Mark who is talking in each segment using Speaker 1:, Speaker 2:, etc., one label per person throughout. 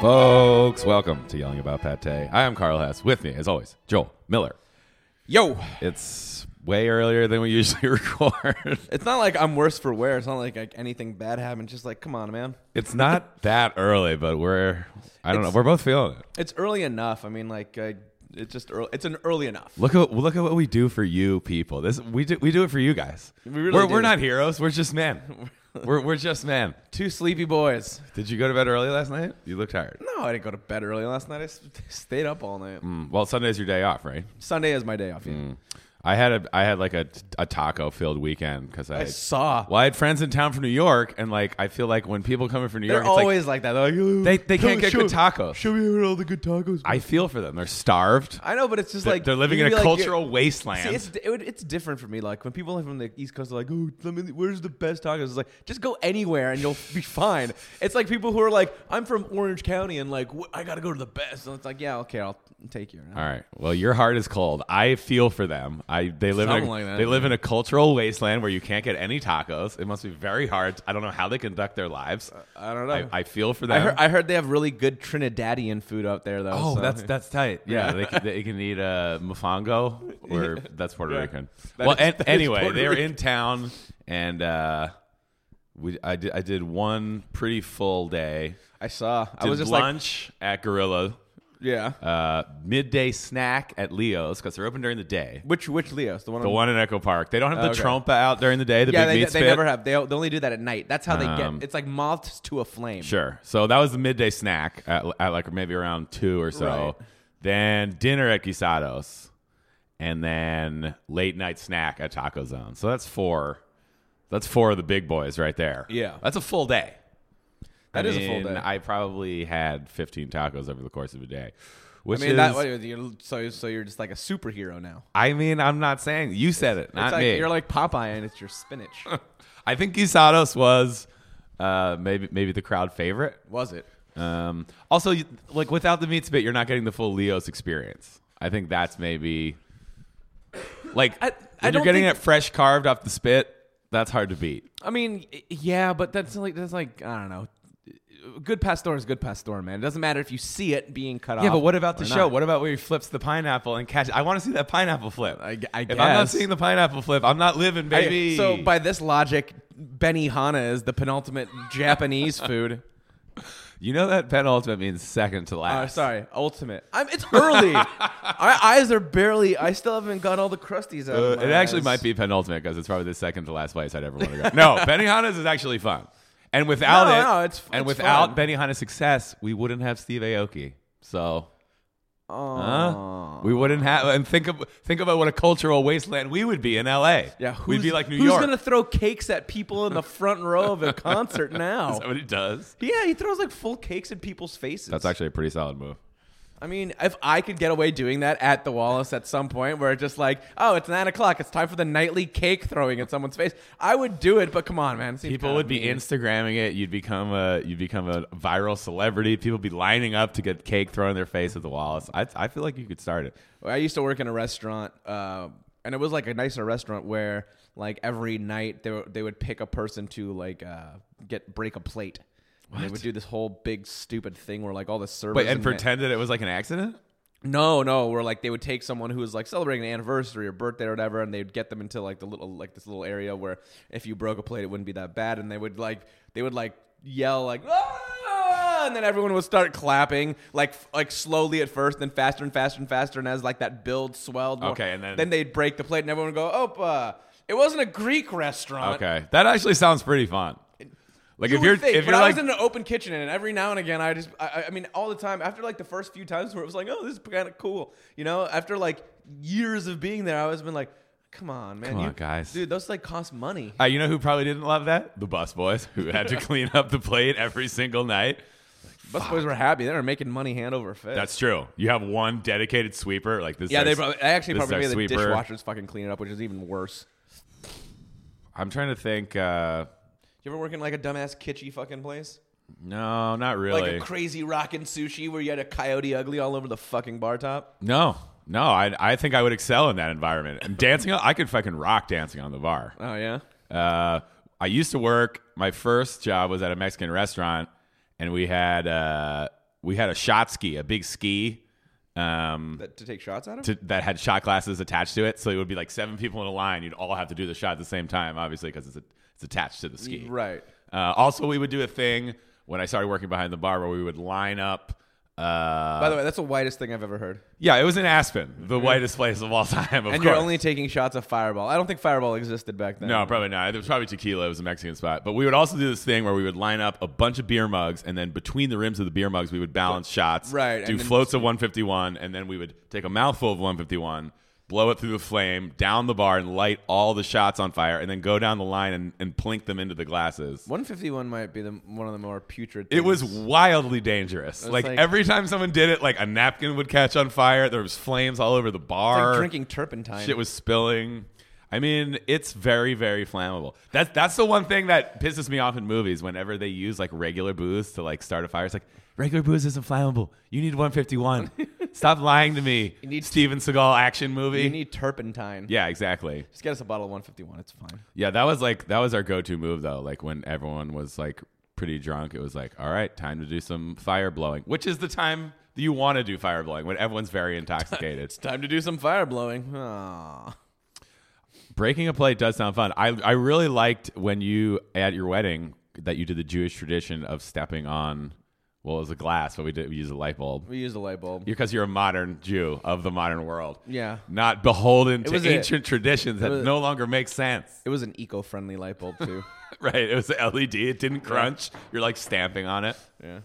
Speaker 1: folks. Welcome to Yelling About Pate. I am Carl Hess. With me, as always, Joel Miller.
Speaker 2: Yo,
Speaker 1: It's way earlier than we usually record.
Speaker 2: it's not like I'm worse for wear. It's not like, like anything bad happened. Just like, come on, man.
Speaker 1: It's not that early, but we're, I don't know,
Speaker 2: It's-
Speaker 1: we're both feeling it.
Speaker 2: It's early enough. I mean, like, uh, it's just early. It's an early enough.
Speaker 1: Look at look at what we do for you people. This we do we do it for you guys.
Speaker 2: We really
Speaker 1: are
Speaker 2: do.
Speaker 1: we're not heroes. We're just men. we're we're just men.
Speaker 2: Two sleepy boys.
Speaker 1: Did you go to bed early last night? You look tired.
Speaker 2: No, I didn't go to bed early last night. I s- stayed up all night.
Speaker 1: Mm, Well, Sunday's your day off, right?
Speaker 2: Sunday is my day off. yeah.
Speaker 1: I had a I had like a, a taco filled weekend because I,
Speaker 2: I saw.
Speaker 1: well I had friends in town from New York and like I feel like when people come in from New
Speaker 2: They're
Speaker 1: York, it's like,
Speaker 2: always like, that. They're like, "Ooh,
Speaker 1: they they can't
Speaker 2: show-
Speaker 1: get good
Speaker 2: show-
Speaker 1: tacos.
Speaker 2: Show me where all the good tacos.
Speaker 1: I feel for them. They're starved.
Speaker 2: I know, but it's just
Speaker 1: They're-
Speaker 2: like
Speaker 1: they're living
Speaker 2: you
Speaker 1: in a
Speaker 2: feel like you're-
Speaker 1: cultural wasteland.
Speaker 2: See, it's it, would- it's different for me. Like when people from the East Coast are like, "Oh, let me, where's the best tacos?" It's like just go anywhere and you'll be fine. It's like people who are like, "I'm from Orange County and like wh- I gotta go to the best," and it's like, "Yeah, okay, I'll take you."
Speaker 1: All right. Well, your heart is cold. I feel for them. I they live in a,
Speaker 2: Something like that,
Speaker 1: they live in a cultural wasteland where you can't get any tacos. It must be very hard. I don't know how they conduct their lives.
Speaker 2: I don't know.
Speaker 1: I,
Speaker 2: I,
Speaker 1: I feel for them.
Speaker 2: heard, Uh, I heard they have really good Trinidadian food out there, though.
Speaker 1: oh,
Speaker 2: so-
Speaker 1: that's that's tight. Yeah, they, can- they can eat uh, mofongo or that's Puerto Rican. well, an- anyway,
Speaker 2: Puerto
Speaker 1: they were in town and uh, we I did I did one pretty full day.
Speaker 2: I saw. I
Speaker 1: Did
Speaker 2: was just like,
Speaker 1: lunch at Gorilla.
Speaker 2: yeah.
Speaker 1: Uh, midday snack at Leo's because they're open during the day.
Speaker 2: Which which Leo's the one?
Speaker 1: The
Speaker 2: on-
Speaker 1: one in Echo Park. They don't have the
Speaker 2: Mm. Okay.
Speaker 1: trompa out during the day. The
Speaker 2: Yeah,
Speaker 1: big
Speaker 2: they,
Speaker 1: meat
Speaker 2: they
Speaker 1: spit.
Speaker 2: never have. They, they only do that at night. That's how they
Speaker 1: Um,
Speaker 2: get. It's like moths to a flame.
Speaker 1: Sure. So that was the midday snack at, at like maybe around two or so.
Speaker 2: Right.
Speaker 1: Then dinner at Quisados, and then late night snack at Taco Zone. So that's four. That's four of the big boys right there.
Speaker 2: Yeah.
Speaker 1: that's a full day.
Speaker 2: That
Speaker 1: That is
Speaker 2: is a full day.
Speaker 1: I probably had 15 tacos over the course of a day.
Speaker 2: I
Speaker 1: Which
Speaker 2: mean,
Speaker 1: is,
Speaker 2: that way you're, so so you're just like a superhero now.
Speaker 1: I mean, I'm not saying you said it, not
Speaker 2: it's like,
Speaker 1: me.
Speaker 2: You're like Popeye, and it's your spinach.
Speaker 1: I think Quisados was uh, maybe maybe the crowd favorite.
Speaker 2: Was it?
Speaker 1: Um, also, you- like without the meat spit, you're not getting the full Leo's experience. I think that's maybe like
Speaker 2: I- I
Speaker 1: when you're
Speaker 2: don't
Speaker 1: getting
Speaker 2: think-
Speaker 1: it fresh carved off the spit. That's hard to beat.
Speaker 2: I mean, y- yeah, but that's like that's like I don't know. Good pastor is good pastor, man. It doesn't matter if you see it being cut off.
Speaker 1: Yeah, but what about the
Speaker 2: or
Speaker 1: show?
Speaker 2: not.
Speaker 1: What about where he flips the pineapple and catch? I want to see that pineapple flip.
Speaker 2: I g- I
Speaker 1: If I'm not
Speaker 2: guess.
Speaker 1: seeing the pineapple flip, I'm not living,
Speaker 2: I-
Speaker 1: baby.
Speaker 2: so by this logic, Benihana is the penultimate Japanese food.
Speaker 1: you know that penultimate means second to
Speaker 2: Oh,
Speaker 1: last.
Speaker 2: sorry, ultimate. I'm, it's early. Our eyes are barely. I still haven't got all the crusties out.
Speaker 1: Uh,
Speaker 2: of my
Speaker 1: it actually
Speaker 2: eyes.
Speaker 1: might be penultimate because it's probably the second to last place I'd ever want to go. no, Benihana's is actually fun, and without
Speaker 2: No,
Speaker 1: it,
Speaker 2: no, it's-
Speaker 1: and
Speaker 2: it's
Speaker 1: without
Speaker 2: fun.
Speaker 1: Benihana's success, we wouldn't have Steve Aoki. So,
Speaker 2: Oh.
Speaker 1: huh? we wouldn't have. And think of think about what a cultural wasteland we would be in L.A.
Speaker 2: Yeah,
Speaker 1: we'd be
Speaker 2: who's-
Speaker 1: like New
Speaker 2: who's
Speaker 1: York.
Speaker 2: gonna throw cakes at people in the front row of a concert
Speaker 1: Is
Speaker 2: now?
Speaker 1: that what it does?
Speaker 2: Yeah, he throws like full cakes in people's faces.
Speaker 1: That's actually a pretty solid move.
Speaker 2: I mean, if I could get away doing that at the Wallace at some point, where it's just like, oh, it's nine o'clock, it's time for the nightly cake throwing at someone's face, I would do it. But come on, man, it seems
Speaker 1: People
Speaker 2: kinda
Speaker 1: would be
Speaker 2: mean.
Speaker 1: Instagramming it. You'd become a you'd become a viral celebrity. People would be lining up to get cake thrown in their face at the Wallace. I I feel like you could start it.
Speaker 2: I used to work in a restaurant, uh, and it was like a nicer restaurant where like every night they would- they would pick a person to like uh, get break a plate. And they would do this whole big stupid thing where like all the servers
Speaker 1: Wait, and
Speaker 2: the-
Speaker 1: pretend that it was like an accident.
Speaker 2: No, no, where like they would take someone who was like celebrating an anniversary or birthday or whatever, and they'd get them into like the little like this little area where if you broke a plate, it wouldn't be that bad, and they would like they would like yell like. "Ah!" And then everyone would start clapping, like like slowly at first, then faster and faster and faster, and as like that build swelled, more-
Speaker 1: Okay, and then-
Speaker 2: then they'd break the plate, and everyone would go, "Oh, uh, it wasn't a Greek restaurant."
Speaker 1: Okay, that actually sounds pretty fun. Like
Speaker 2: You
Speaker 1: if you're
Speaker 2: would think,
Speaker 1: if
Speaker 2: but
Speaker 1: you're
Speaker 2: I
Speaker 1: like
Speaker 2: was in an open kitchen, and every now and again, I just, I, I- I mean, all the time. After like the first few times where it was like, oh, this is kind of cool, you know. After like years of being there, I always been like, come on, man,
Speaker 1: Come
Speaker 2: you-
Speaker 1: on, guys.
Speaker 2: dude, those like cost money.
Speaker 1: uh, you know who probably didn't love that the bus boys who had to clean up the plate every single night.
Speaker 2: Bus boys were happy; they were making money hand over fist.
Speaker 1: That's true. You have one dedicated sweeper like this.
Speaker 2: yeah,
Speaker 1: is
Speaker 2: they
Speaker 1: our-
Speaker 2: probably, I actually
Speaker 1: this is
Speaker 2: probably
Speaker 1: our
Speaker 2: made the
Speaker 1: sweeper.
Speaker 2: dishwashers fucking clean it up, which is even worse.
Speaker 1: I'm trying to think. Uh,
Speaker 2: You ever work in like a dumbass kitschy fucking place,
Speaker 1: no, not really.
Speaker 2: like a crazy rockin' sushi where you had a coyote ugly all over the fucking bar top?
Speaker 1: no, no. I I think I would excel in that environment. And dancing, I could fucking rock dancing on the bar.
Speaker 2: Oh yeah,
Speaker 1: Uh, I used to work. My first job was at a Mexican restaurant, and we had uh, we had a shot ski, a big ski. Um,
Speaker 2: That, to take shots at him?
Speaker 1: to, that had shot glasses attached to it. So it would be like seven people in a line. You'd all have to do the shot at the same time, obviously, because it's, a- it's attached to the ski.
Speaker 2: Right.
Speaker 1: Uh, also, we would do a thing when I started working behind the bar where we would line up. Uh,
Speaker 2: By the way, that's the whitest thing I've ever heard.
Speaker 1: yeah, it was in Aspen, the whitest place of all time. Of
Speaker 2: Mm-hmm. And
Speaker 1: course.
Speaker 2: you're only taking shots of Fireball. I don't think Fireball existed back then.
Speaker 1: No, probably not. There was probably tequila. It was a Mexican spot. But we would also do this thing where we would line up a bunch of beer mugs, and then between the rims of the beer mugs, we would balance shots.
Speaker 2: Right,
Speaker 1: Do
Speaker 2: and then-
Speaker 1: floats of 151, and then we would take a mouthful of 151, blow it through the flame, down the bar, and light all the shots on fire, and then go down the line and, and plink them into the glasses.
Speaker 2: 151 might be the one of the more putrid.
Speaker 1: It was
Speaker 2: things.
Speaker 1: wildly dangerous.
Speaker 2: was
Speaker 1: like,
Speaker 2: like-
Speaker 1: every time someone did it, like a napkin would catch on fire. There was flames all over the
Speaker 2: It's
Speaker 1: bar.
Speaker 2: like drinking turpentine.
Speaker 1: Shit was spilling. I mean, it's very, very flammable. That's that's the one thing that pisses me off in movies. Whenever they use like regular booze to like start a fire, it's like regular booze isn't flammable. You need 151. Stop lying to me. You
Speaker 2: need-
Speaker 1: need Steven Seagal action movie.
Speaker 2: you need turpentine.
Speaker 1: yeah, exactly.
Speaker 2: Just get us a bottle of 151. It's fine.
Speaker 1: Yeah, that was like that was our go-to move though. Like when everyone was like pretty drunk, it was like, all right, time to do some fire blowing, which is the time that you want to do fire blowing when everyone's very intoxicated.
Speaker 2: It's time to do some fire blowing. Aw.
Speaker 1: Breaking a plate does sound fun. I I really liked when you at your wedding that you did the Jewish tradition of stepping on well, it was a glass, but we did we used a light bulb
Speaker 2: We used a light bulb.
Speaker 1: because you're a modern Jew of the modern world,
Speaker 2: Yeah.
Speaker 1: not beholden to
Speaker 2: was a-
Speaker 1: ancient traditions that
Speaker 2: was-
Speaker 1: no longer make sense.
Speaker 2: It was an eco-friendly light bulb too.
Speaker 1: Right? It was a LED. It didn't crunch. You're like stamping on it.
Speaker 2: yeah.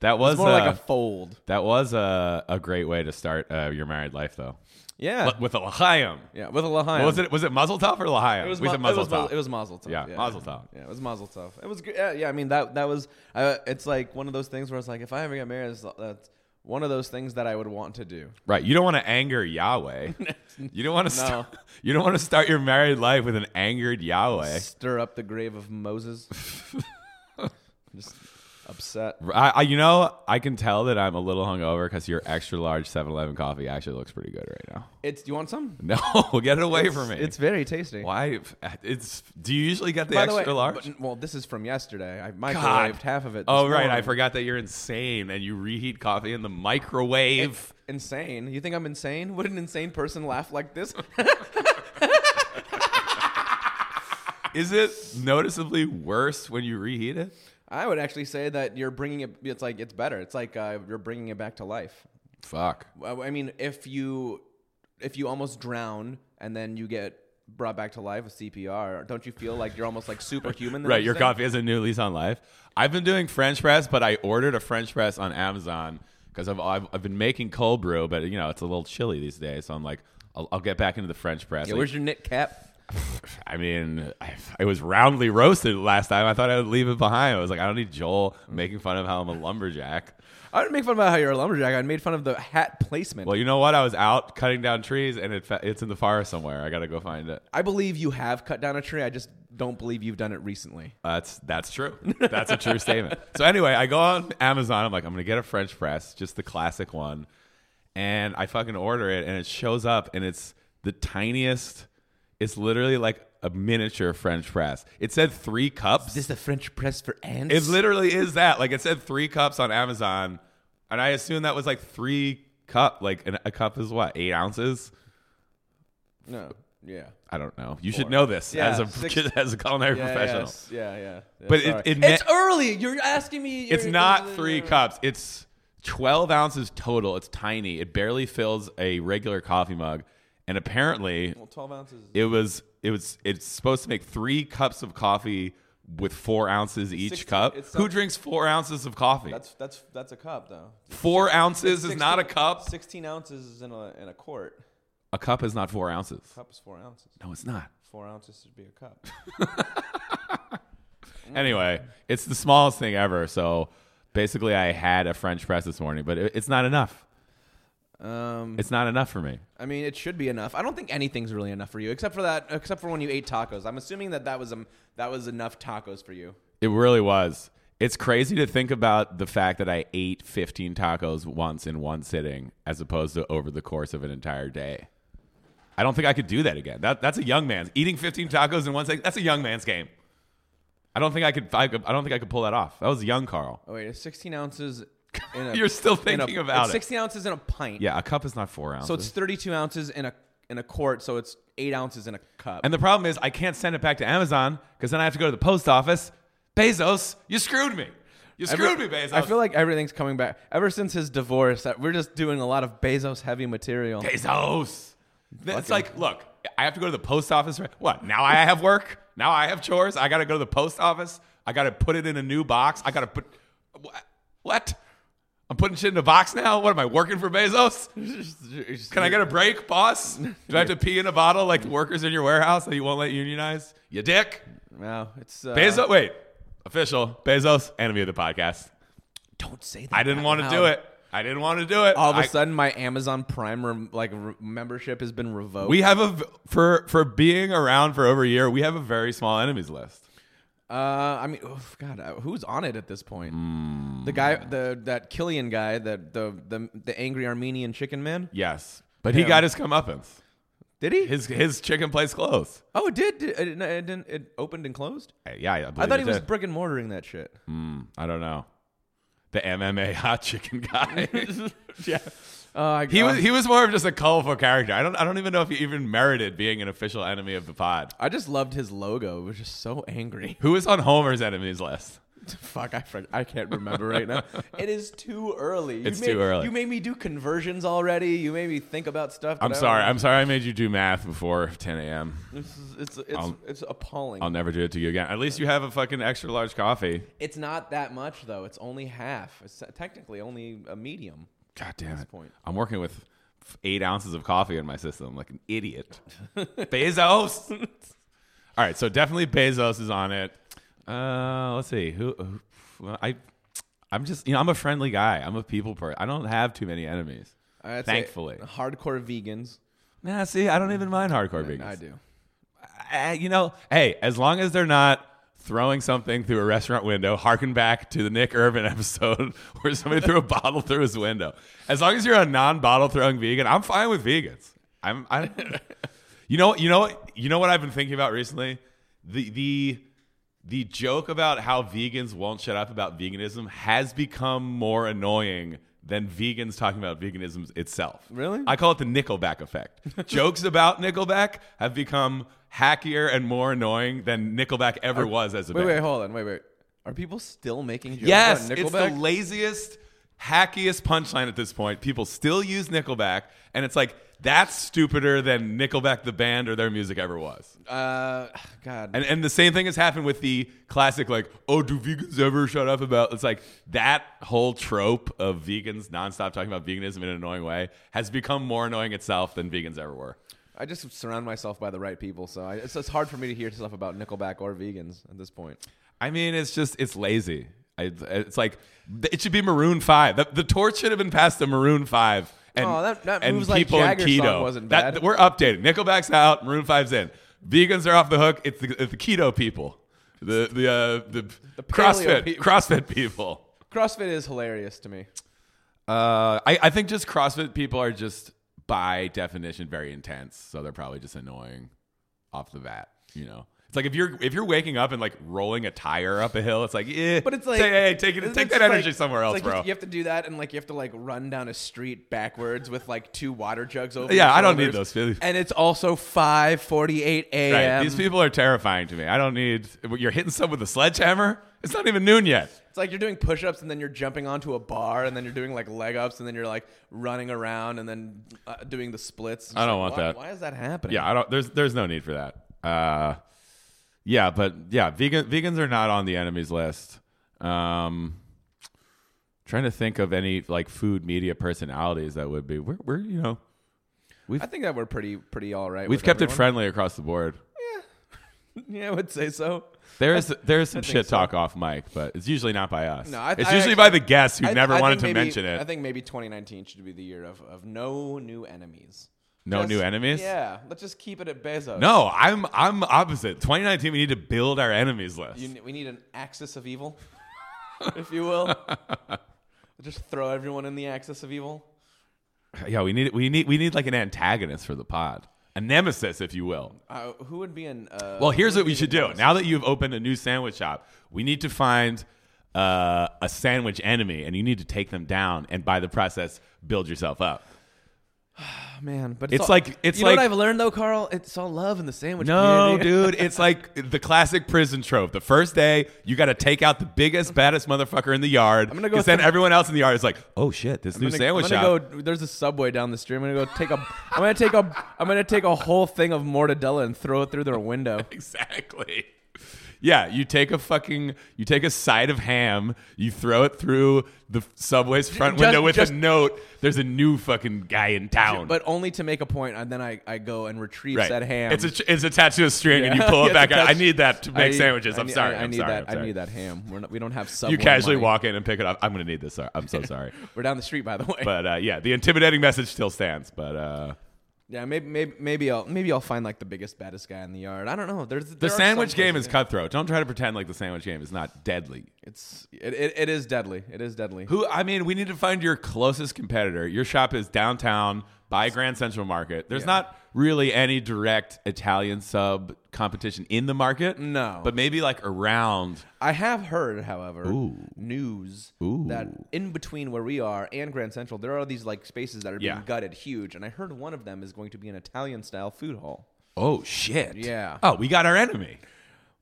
Speaker 1: That was, uh,
Speaker 2: It's more
Speaker 1: a,
Speaker 2: like a fold.
Speaker 1: that was a, a great way to start uh, your married life, though,
Speaker 2: Yeah.
Speaker 1: But with a lahayim.
Speaker 2: yeah, with a Lahayim.
Speaker 1: What was it? Was it mazel tov or lahayim?
Speaker 2: It was,
Speaker 1: we
Speaker 2: mu-
Speaker 1: said mazel
Speaker 2: it was, mu-
Speaker 1: tov.
Speaker 2: it was Mazel Tov.
Speaker 1: Yeah, Mazel Tov.
Speaker 2: Yeah, it was Mazel Tov. It was good. Yeah, yeah, I mean that that was. Uh, it's like one of those things where it's like if I ever get married, it's- that's one of those things that I would want to do.
Speaker 1: Right. You don't want to anger Yahweh. you don't want to
Speaker 2: No.
Speaker 1: start, you don't want to start your married life with an angered Yahweh.
Speaker 2: Stir up the grave of Moses. Just upset.
Speaker 1: I, I, you know, I can tell that I'm a little hungover because your extra large 7-Eleven coffee actually looks pretty good right now.
Speaker 2: It's. Do you want some?
Speaker 1: No, get it away from me.
Speaker 2: It's very tasty.
Speaker 1: why? It's do you usually get the
Speaker 2: By the
Speaker 1: extra
Speaker 2: way,
Speaker 1: large?
Speaker 2: but- well, this is from yesterday. I microwaved
Speaker 1: God.
Speaker 2: half of it.
Speaker 1: oh
Speaker 2: this
Speaker 1: right, I
Speaker 2: morning.
Speaker 1: forgot that you're insane and you reheat coffee in the microwave.
Speaker 2: Insane. You think I'm insane? Would an insane person laugh like this?
Speaker 1: Is it noticeably worse when you reheat it?
Speaker 2: I would actually say that you're bringing it. It's like it's better. It's like uh, you're bringing it back to life.
Speaker 1: Fuck.
Speaker 2: Well, Uh, I mean, if you if you almost drown and then you get brought back to life with CPR, don't you feel like you're almost like superhuman? the
Speaker 1: Right,
Speaker 2: next
Speaker 1: your
Speaker 2: day?
Speaker 1: coffee is a new lease on life. I've been doing French press, but I ordered a French press on Amazon because I've, I've I've been making cold brew, but you know it's a little chilly these days, so I'm like, I'll, I'll get back into the French press.
Speaker 2: Yeah,
Speaker 1: Like,
Speaker 2: where's your knit cap?
Speaker 1: I mean, I, I was roundly roasted last time. I thought I would leave it behind. I was like, I don't need Joel making fun of how I'm a lumberjack.
Speaker 2: I didn't make fun about how you're a lumberjack. I made fun of the hat placement.
Speaker 1: Well, you know what? I was out cutting down trees, and it, fa- it's in the forest somewhere. I gotta go find it.
Speaker 2: I believe you have cut down a tree. I just don't believe you've done it recently.
Speaker 1: That's that's true. That's a true statement. So anyway, I go on Amazon. I'm like, I'm gonna get a French press, just the classic one, and I fucking order it, and it shows up, and it's the tiniest. It's literally like a miniature French press. It said three cups.
Speaker 2: Is this the French press for ants?
Speaker 1: It literally is that. Like it said three cups on Amazon, and I assume that was like three cup. Like an, a cup is what eight ounces.
Speaker 2: no. Yeah.
Speaker 1: I don't know. You should know this
Speaker 2: Yeah,
Speaker 1: as a
Speaker 2: six-
Speaker 1: as a culinary
Speaker 2: Yeah,
Speaker 1: professional.
Speaker 2: yes. Yeah, yeah. yeah,
Speaker 1: But it-
Speaker 2: sorry.
Speaker 1: it
Speaker 2: it's
Speaker 1: meant-
Speaker 2: early. You're asking me.
Speaker 1: It's
Speaker 2: you're-
Speaker 1: not three cups. It's 12 ounces total. It's tiny. It barely fills a regular coffee mug. And apparently,
Speaker 2: Well, Twelve ounces.
Speaker 1: it was it was it's supposed to make three cups of coffee with four ounces each
Speaker 2: 16
Speaker 1: cup.
Speaker 2: it's
Speaker 1: Who
Speaker 2: some-
Speaker 1: drinks four ounces of coffee?
Speaker 2: That's that's that's a cup though.
Speaker 1: four ounces is not a
Speaker 2: 16
Speaker 1: cup.
Speaker 2: Sixteen ounces is in a in a quart.
Speaker 1: A cup is not four ounces.
Speaker 2: Cup is four ounces.
Speaker 1: No, it's not.
Speaker 2: Four ounces should be a cup. Mm.
Speaker 1: Anyway, it's the smallest thing ever. So basically, I had a French press this morning, but it, it's not enough.
Speaker 2: um,
Speaker 1: It's not enough for me.
Speaker 2: I mean, it should be enough. I don't think anything's really enough for you, except for that, except for when you ate tacos. I'm assuming that that was um that was enough tacos for you.
Speaker 1: It really was. It's crazy to think about the fact that I ate 15 tacos once in one sitting as opposed to over the course of an entire day. I don't think I could do that again. That, that's a young man's eating 15 tacos in one sitting. That's a young man's game. I don't think I could, I could- I don't think I could pull that off. That was young Carl.
Speaker 2: Oh wait, is 16 ounces in a-
Speaker 1: You're still
Speaker 2: in a-
Speaker 1: thinking about
Speaker 2: it's
Speaker 1: it.
Speaker 2: 60 ounces in a pint.
Speaker 1: yeah, a cup is not four ounces.
Speaker 2: So it's 32 ounces in a in a quart. So it's eight ounces in a cup.
Speaker 1: and the problem is I can't send it back to Amazon because then I have to go to the post office. Bezos, you screwed me. You
Speaker 2: Every-
Speaker 1: screwed me, Bezos.
Speaker 2: I feel like everything's coming back. Ever since his divorce, that- we're just doing a lot of Bezos heavy material.
Speaker 1: Bezos. It's like, look, I have to go to the post office. right- What? Now I have work. Now I have chores. I got to go to the post office. I got to put it in a new box. I got to put wha- what? I'm putting shit in a box now. What am I working for Bezos? Can I get a break, boss? Do I have to pee in a bottle like the workers in your warehouse that you won't let unionize? You dick.
Speaker 2: No, it's uh,
Speaker 1: Bezos. Wait, official Bezos, enemy of the podcast.
Speaker 2: Don't say that.
Speaker 1: I didn't
Speaker 2: out
Speaker 1: want to do
Speaker 2: loud.
Speaker 1: it. I didn't want to do it.
Speaker 2: All of a
Speaker 1: I-
Speaker 2: sudden, my Amazon Prime rem- like re- membership has been revoked.
Speaker 1: We have a v- for for being around for over a year. We have a very small enemies list.
Speaker 2: uh, I mean, oof, God, uh, who's on it at this point?
Speaker 1: Mm.
Speaker 2: The guy, the that Killian guy, that the the the angry Armenian chicken man.
Speaker 1: Yes, but he
Speaker 2: Yeah.
Speaker 1: got his comeuppance.
Speaker 2: Did he?
Speaker 1: His his chicken place closed.
Speaker 2: oh, it did. It, it, it didn't. It opened and closed.
Speaker 1: Uh, Yeah, I, believe
Speaker 2: I thought
Speaker 1: it
Speaker 2: he was
Speaker 1: did.
Speaker 2: brick and mortaring that shit.
Speaker 1: Mm, I don't know. The MMA hot chicken guy. yeah, Um,
Speaker 2: Uh, I-
Speaker 1: he
Speaker 2: uh,
Speaker 1: was he was more of just a colorful character. I don't I don't even know if he even merited being an official enemy of the pod.
Speaker 2: I just loved his logo. It was just so angry.
Speaker 1: Who is on Homer's enemies list?
Speaker 2: Fuck, I fr- I can't remember right now. It is too early. You
Speaker 1: It's
Speaker 2: made-
Speaker 1: too early.
Speaker 2: You made me do conversions already. You made me think about stuff. that
Speaker 1: I'm
Speaker 2: I don't-
Speaker 1: sorry. I'm sorry. I made you do math before 10 a.m.
Speaker 2: This is, it's it's
Speaker 1: I'll-
Speaker 2: it's appalling.
Speaker 1: I'll never do it to you again. At least you have a fucking extra large coffee.
Speaker 2: it's not that much though. It's only half. It's technically only a medium.
Speaker 1: God damn
Speaker 2: this
Speaker 1: it.
Speaker 2: point.
Speaker 1: I'm working with f- eight ounces of coffee in my system like an idiot. Bezos. All right, so definitely Bezos is on it. Uh, let's see who, who well, I. I'm just, you know, I'm a friendly guy. I'm a people person. I don't have too many enemies.
Speaker 2: I'd say
Speaker 1: Thankfully.
Speaker 2: hardcore vegans.
Speaker 1: Nah, see, I don't even mind hardcore vegans.
Speaker 2: I do.
Speaker 1: Uh, you know, hey, as long as they're not throwing something through a restaurant window, harken back to the Nick Urban episode where somebody threw a bottle through his window. As long as you're a non-bottle throwing vegan, I'm fine with vegans. I'm, I, you know, you know, you know what I've been thinking about recently. The the the joke about how vegans won't shut up about veganism has become more annoying than vegans talking about veganism itself.
Speaker 2: Really?
Speaker 1: I call it the Nickelback effect. Jokes about Nickelback have become hackier and more annoying than Nickelback ever was as a
Speaker 2: Wait,
Speaker 1: band.
Speaker 2: wait, hold on. Wait, wait. Are people still making jokes
Speaker 1: yes,
Speaker 2: about
Speaker 1: it's the
Speaker 2: Nickelback?
Speaker 1: laziest, hackiest punchline at this point. People still use Nickelback, and it's like that's stupider than Nickelback the band or their music ever was.
Speaker 2: uh, God.
Speaker 1: And and the same thing has happened with the classic like, oh, do vegans ever shut up about? It's like that whole trope of vegans nonstop talking about veganism in an annoying way has become more annoying itself than vegans ever were.
Speaker 2: I just surround myself by the right people, so I, it's, it's hard for me to hear stuff about Nickelback or vegans at this point.
Speaker 1: I mean, it's just it's lazy. I, it's like it should be Maroon Five. The, the torch should have been passed to Maroon Five. And,
Speaker 2: Oh, that- that
Speaker 1: and
Speaker 2: Moves Like
Speaker 1: people in
Speaker 2: Jagger
Speaker 1: keto.
Speaker 2: song wasn't
Speaker 1: That-
Speaker 2: bad.
Speaker 1: we're updated. Nickelback's out. Maroon 5's in. Vegans are off the hook. It's the, it's the keto people. The the uh, the, CrossFit
Speaker 2: people.
Speaker 1: CrossFit people.
Speaker 2: CrossFit is hilarious to me.
Speaker 1: Uh, I, I think just CrossFit people are just by definition very intense, so they're probably just annoying off the bat. You know, it's like if you're if you're waking up and like rolling a tire up a hill, it's like yeah,
Speaker 2: But it's like,
Speaker 1: hey, hey, take it,
Speaker 2: it's-
Speaker 1: take
Speaker 2: it's
Speaker 1: that energy
Speaker 2: like-
Speaker 1: somewhere
Speaker 2: it's
Speaker 1: else,
Speaker 2: like you-
Speaker 1: bro.
Speaker 2: You have to do that, and like you have to like run down a street backwards with like two water jugs over.
Speaker 1: Yeah,
Speaker 2: your
Speaker 1: I don't need
Speaker 2: shoulders.
Speaker 1: those.
Speaker 2: And it's also five forty-eight
Speaker 1: Right.
Speaker 2: a.m.
Speaker 1: These people are terrifying to me. I don't need you're hitting someone with a sledgehammer. It's not even noon yet.
Speaker 2: It's like you're doing push-ups, and then you're jumping onto a bar, and then you're doing like leg ups, and then you're like running around, and then uh, doing the splits. It's
Speaker 1: I don't
Speaker 2: like,
Speaker 1: want
Speaker 2: why-
Speaker 1: that.
Speaker 2: Why is that happening?
Speaker 1: Yeah, I don't. There's there's no need for that. Uh, yeah, but yeah, vegan vegans are not on the enemies list. Um, trying to think of any like food media personalities that would be. We're, we're you know
Speaker 2: I think that we're pretty pretty all right.
Speaker 1: we've
Speaker 2: with
Speaker 1: kept it
Speaker 2: everyone.
Speaker 1: friendly across the board.
Speaker 2: Yeah, I would say so.
Speaker 1: There is there is some shit
Speaker 2: so.
Speaker 1: talk off mic, but it's usually not by us.
Speaker 2: No, I-
Speaker 1: it's
Speaker 2: I
Speaker 1: usually
Speaker 2: actually-
Speaker 1: by the guests who
Speaker 2: I-
Speaker 1: never
Speaker 2: I
Speaker 1: wanted to
Speaker 2: think maybe-
Speaker 1: mention
Speaker 2: I
Speaker 1: it.
Speaker 2: think maybe 2019 should be the year of, of no new enemies.
Speaker 1: No
Speaker 2: Just-
Speaker 1: new enemies?
Speaker 2: Yeah, let's just keep it at Bezos.
Speaker 1: no, I'm I'm opposite. 2019, we need to build our enemies list.
Speaker 2: You, we need an axis of evil, if you will. just throw everyone in the axis of evil.
Speaker 1: yeah, we need we need we need like an antagonist for the pod, a nemesis, if you will.
Speaker 2: Uh, who would be an? Uh,
Speaker 1: Well, here's what we should do. Now that you've opened a new sandwich shop, we need to find uh, a sandwich enemy, and you need to take them down, and by the process, build yourself up.
Speaker 2: Oh, man, but
Speaker 1: It's
Speaker 2: all-
Speaker 1: like- it's
Speaker 2: you know what
Speaker 1: like-
Speaker 2: I've learned though, Carl. It's all love in the sandwich.
Speaker 1: No,
Speaker 2: community.
Speaker 1: dude, it's like the classic prison trope. The first day, you got to take out the biggest, baddest motherfucker in the yard.
Speaker 2: gonna go
Speaker 1: 'cause then
Speaker 2: with-
Speaker 1: everyone else in the yard is like, "Oh shit, this new
Speaker 2: I'm gonna-
Speaker 1: sandwich
Speaker 2: I'm
Speaker 1: shop."
Speaker 2: gonna go. There's a subway down the street. I'm gonna go take a. I'm gonna take a. I'm gonna take a whole thing of mortadella and throw it through their window.
Speaker 1: Exactly. Yeah, you take a fucking you take a side of ham, you throw it through the f- subway's front
Speaker 2: Just-
Speaker 1: window with
Speaker 2: just-
Speaker 1: a note. There's a new fucking guy in town.
Speaker 2: But only to make a point, and then I, I go and retrieve
Speaker 1: right.
Speaker 2: said ham.
Speaker 1: It's a, it's attached to a string, and you
Speaker 2: Yeah.
Speaker 1: pull it
Speaker 2: It's
Speaker 1: back out. I
Speaker 2: attached-
Speaker 1: need that to
Speaker 2: I
Speaker 1: make
Speaker 2: need-
Speaker 1: sandwiches. I'm
Speaker 2: need-
Speaker 1: sorry.
Speaker 2: I,
Speaker 1: I'm
Speaker 2: need
Speaker 1: sorry.
Speaker 2: that.
Speaker 1: I'm
Speaker 2: I
Speaker 1: sorry.
Speaker 2: need that ham. We're not, we don't have subway.
Speaker 1: You casually
Speaker 2: money.
Speaker 1: walk in and pick it up. I'm gonna need this. Sorry. I'm so sorry.
Speaker 2: We're down the street, by the way.
Speaker 1: but uh, yeah, the intimidating message still stands. But uh,
Speaker 2: yeah, maybe, maybe maybe I'll maybe I'll find like the biggest baddest guy in the yard. I don't know. There's
Speaker 1: the sandwich game is cutthroat. Don't try to pretend like the sandwich game is not deadly.
Speaker 2: It's it, it, it is deadly. It is deadly.
Speaker 1: Who? I mean, we need to find your closest competitor. Your shop is downtown by Grand Central Market. There's not really any direct Italian sub competition in the market.
Speaker 2: No.
Speaker 1: but maybe like around.
Speaker 2: I have heard, however,
Speaker 1: Ooh.
Speaker 2: news
Speaker 1: Ooh.
Speaker 2: that in between where we are and Grand Central, there are these like spaces that are being
Speaker 1: Yeah.
Speaker 2: gutted huge, and I heard one of them is going to be an Italian style food hall.
Speaker 1: Oh shit!
Speaker 2: Yeah.
Speaker 1: Oh, we got our enemy.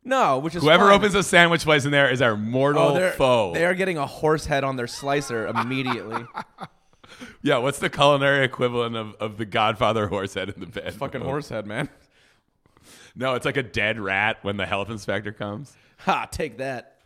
Speaker 2: No, which is
Speaker 1: Whoever
Speaker 2: fine.
Speaker 1: opens a sandwich place in there is our mortal
Speaker 2: Oh, they're,
Speaker 1: foe.
Speaker 2: they are getting a horse head on their slicer immediately.
Speaker 1: yeah. What's the culinary equivalent of, of the Godfather horse head in the bed?
Speaker 2: head, man.
Speaker 1: No, it's like a dead rat when the health inspector comes.
Speaker 2: Ha, take that.